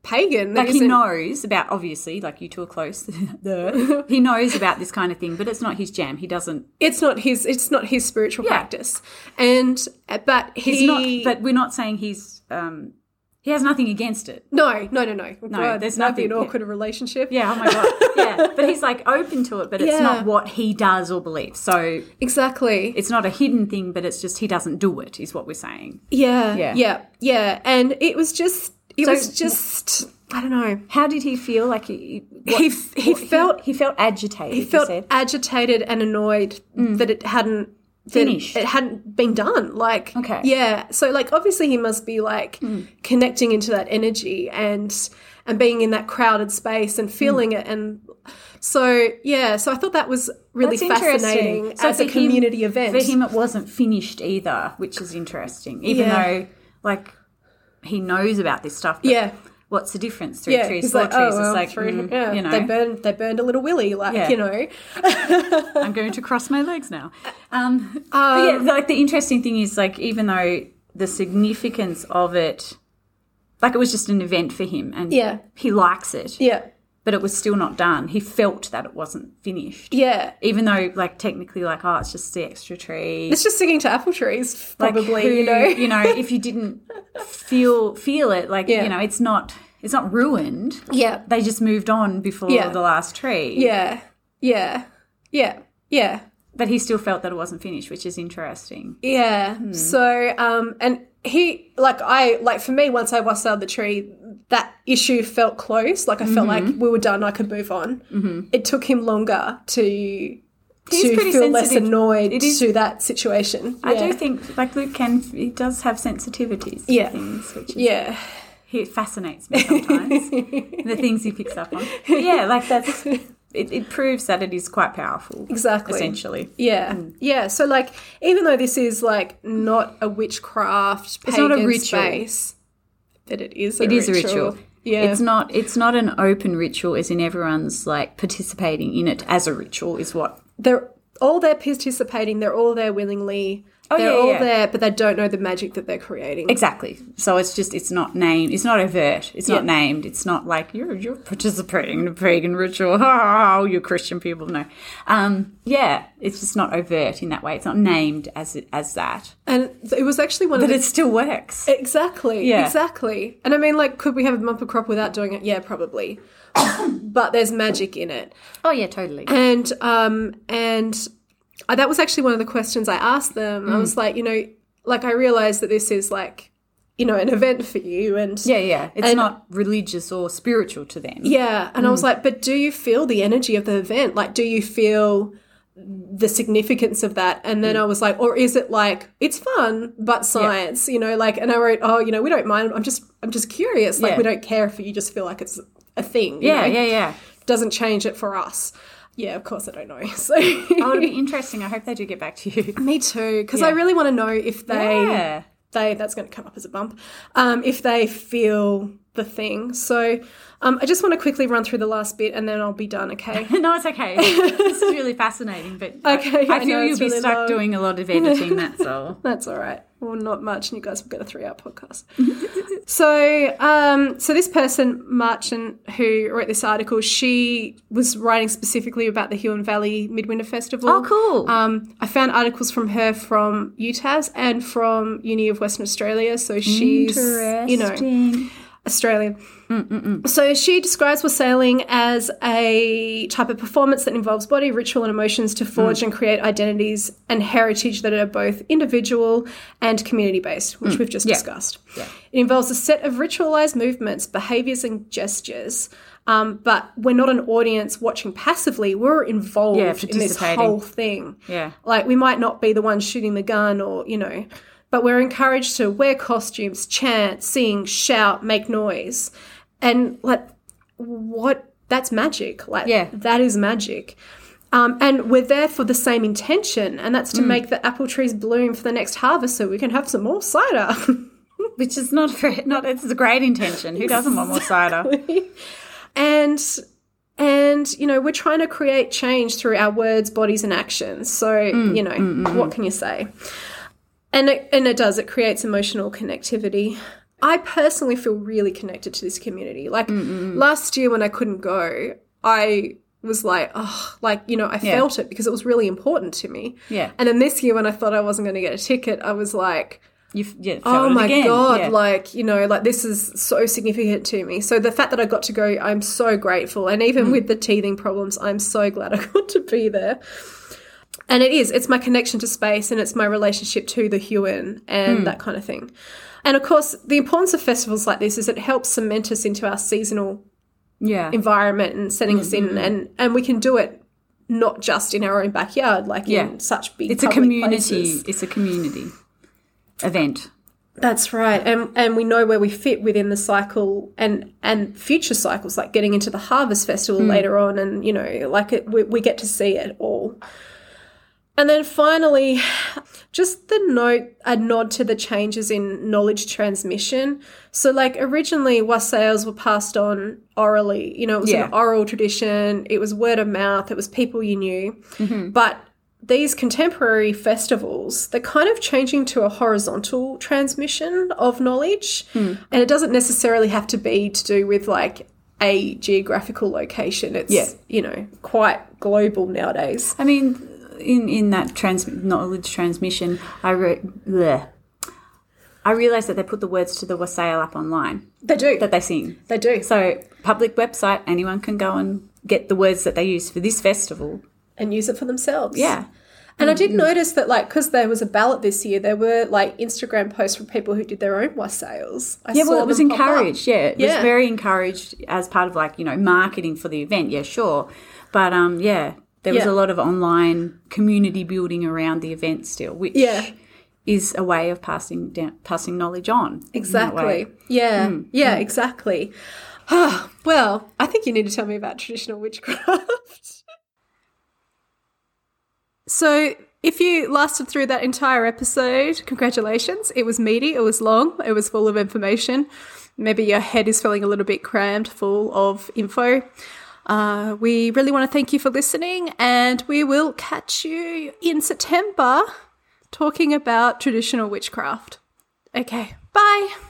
pagan, that Like he isn't- knows about obviously, like you two are close. <laughs> Duh. he knows about this kind of thing, but it's not his jam. He doesn't. it's not his it's not his spiritual Yeah. practice and uh, but he, He's not. But we're not saying he's. Um, he has nothing against it. no no no no no there's that'd be an nothing- awkward relationship Yeah. Oh my god. <laughs> yeah. But he's like open to it, but it's Yeah. not what he does or believes. So exactly it's not a hidden thing, but it's just he doesn't do it. Is what we're saying. yeah Yeah. yeah yeah and it was just it So- was just I don't know How did he feel? Like he. He f- he felt- he, felt agitated. he you felt said. Mm. agitated and annoyed that it hadn't that Finished. It hadn't been done. Like, Okay. Mm. yeah. So, like, obviously, he must be like connecting into that energy and and being in that crowded space Mm. and feeling it. And so, yeah. So, I thought that was really That's interesting. fascinating So as a for him- community event. For him, it wasn't finished either, which is interesting. Even Yeah. though, like, he knows about this stuff. But Yeah. What's the difference? Three yeah, trees, he's four like, trees. oh, well, it's like, three- mm, yeah, you know, they burned, they burned a little willy, like Yeah. you know, I'm going to cross my legs now. Um, <laughs> but yeah, like the interesting thing is, like, even though the significance of it, like, it was just an event for him, and Yeah. he likes it, yeah, but it was still not done. He felt that it wasn't finished, yeah. even though, like, technically, like, oh, it's just the extra tree. It's just singing to apple trees, Like, probably. who- you know, you know, if you didn't feel feel it, like Yeah. you know, it's not it's not ruined. <laughs> yeah. They just moved on before Yeah. the last tree. Yeah. Yeah. Yeah. Yeah. But he still felt that it wasn't finished, which is interesting. Yeah. Hmm. So, um, and he, like, I, like, for me, once I wassailed the tree, that issue felt close. Like, I felt like Mm-hmm. we were done, I could move on. Mm-hmm. It took him longer to. to feel pretty less sensitive. annoyed It is- to that situation. I Yeah. do think like Luke can he does have sensitivities to Yeah. things, which is Yeah. he fascinates me <laughs> sometimes. the things he picks up on. But yeah, like that's it, it proves that it is quite powerful. Exactly. Essentially. Yeah. Hmm. Yeah. So, like, even though this is, like, not a witchcraft, It's not a pagan ritual. space, but it is a It ritual. is a ritual. Yeah. It's not it's not an open ritual as in everyone's like participating in it as a ritual is what they're all there participating. They're all there willingly. they're Oh, yeah, all yeah. there, but they don't know the magic that they're creating. Exactly. So it's just it's not named it's not overt. It's not Yeah. named. It's not like you're you're participating in a pagan ritual. <laughs> Oh, you Christian people. No. Um yeah, it's just not overt in that way. It's not named as it as that. And it was actually one of But the it still works. exactly, Yeah. exactly. And I mean, like, could we have a bumper crop without doing it? Yeah, probably. <coughs> but there's magic in it. Oh yeah, totally. and um and I, that was actually one of the questions I asked them. Mm. I was like, you know, like I realized that this is like, you know, an event for you, and Yeah, yeah. It's And- not religious or spiritual to them. Yeah. And I Mm. was like, but do you feel the energy of the event? Like, do you feel the significance of that? And Mm. then I was like, or is it like, it's fun, but science, you know, like, and I wrote, oh, you know, we don't mind. I'm just, I'm just curious. Like, Yeah. we don't care if you just feel like it's a thing. you Yeah, know? yeah, yeah. Doesn't change it for us. Yeah, of course I don't know. <laughs> So Oh, it'll be <laughs> interesting. I hope they do get back to you. me too, because I really want to know if they <laughs> Yeah. they that's going to come up as a bump um, if they feel the thing. So um, I just want to quickly run through the last bit and then I'll be done, okay? <laughs> no, it's okay. this is really fascinating, but <laughs> I- Okay, I, I feel know, you'll it's be really stuck long. doing a lot of editing. <laughs> That's all. That's all right. Well, not much, and you guys will get a three-hour <laughs> podcast. so, um, so this person, Martin, who wrote this article, she was writing specifically about the Hill and Valley Midwinter Festival. Oh, cool. Um, I found articles from her from UTAS and from Uni of Western Australia. So she's, you know, Australian. Mm, So she describes wassailing as a type of performance that involves body, ritual, and emotions to Mm. forge and create identities and heritage that are both individual and community based, Mm. which we've just discussed. It involves a set of ritualized movements, behaviors, and gestures. Um, but we're not an audience watching passively. We're involved Yeah, in this participating. whole thing. Yeah. Like we might not be the ones shooting the gun or, you know, but we're encouraged to wear costumes, chant, sing, shout, make noise. And like what that's magic. Like Yeah. that is magic. Um, and we're there for the same intention, and Mm. that's to make the apple trees bloom for the next harvest so we can have some more cider. <laughs> Which is not very, <laughs> not. It's a great intention. Who doesn't want more cider? and and you know we're trying to create change through our words bodies and actions so you know what can you say and it, and it does it creates emotional connectivity i personally feel really connected to this community like last year when i couldn't go i was like oh like you know i felt it because it was really important to me Yeah. and then this year when i thought i wasn't going to get a ticket i was like You've yeah, felt oh it my again. god Yeah. like you know like this is so significant to me so the fact that i got to go i'm so grateful and Mm. even with the teething problems i'm so glad <laughs> i got to be there and it is it's my connection to space and it's my relationship to the human Mm. and that kind of thing and of course the importance of festivals like this is it helps cement us into our seasonal yeah, environment and setting us in Mm-hmm. and and we can do it not just in our own backyard like Yeah. in such big it's a public community. places. It's a community event. That's right, and and we know where we fit within the cycle and and future cycles, like getting into the harvest festival later on, and you know, like it, we, we get to see it all. And then finally, just the note, a nod to the changes in knowledge transmission. So, like originally, wassails were passed on orally. You know, it was Yeah. an oral tradition. It was word of mouth. It was people you knew. Mm-hmm. But these contemporary festivals, they're kind of changing to a horizontal transmission of knowledge. Hmm. And it doesn't necessarily have to be to do with like a geographical location. It's, Yeah. you know, quite global nowadays. I mean, in in that trans- knowledge transmission, I re- bleh. I realised that they put the words to the wassail up online They do. that they sing. They do. So public website, anyone can go and get the words that they use for this festival. and use it for themselves. Yeah. Mm-hmm. And I did notice that, like, because there was a ballot this year, there were like Instagram posts from people who did their own wassails. I Yeah, saw well, it was them pop up. encouraged. Yeah, it Yeah. was very encouraged as part of like you know marketing for the event. Yeah, sure, but um, yeah, there was Yeah. a lot of online community building around the event still, which Yeah. is a way of passing down, passing knowledge on. in that way. Exactly. Yeah. Yeah, exactly. Ah, well, I think you need to tell me about traditional witchcraft. <laughs> So, if you lasted through that entire episode, congratulations. It was meaty, it was long, it was full of information. Maybe your head is feeling a little bit crammed, full of info. Uh, we really want to thank you for listening, and we will catch you in September talking about traditional witchcraft. Okay, bye.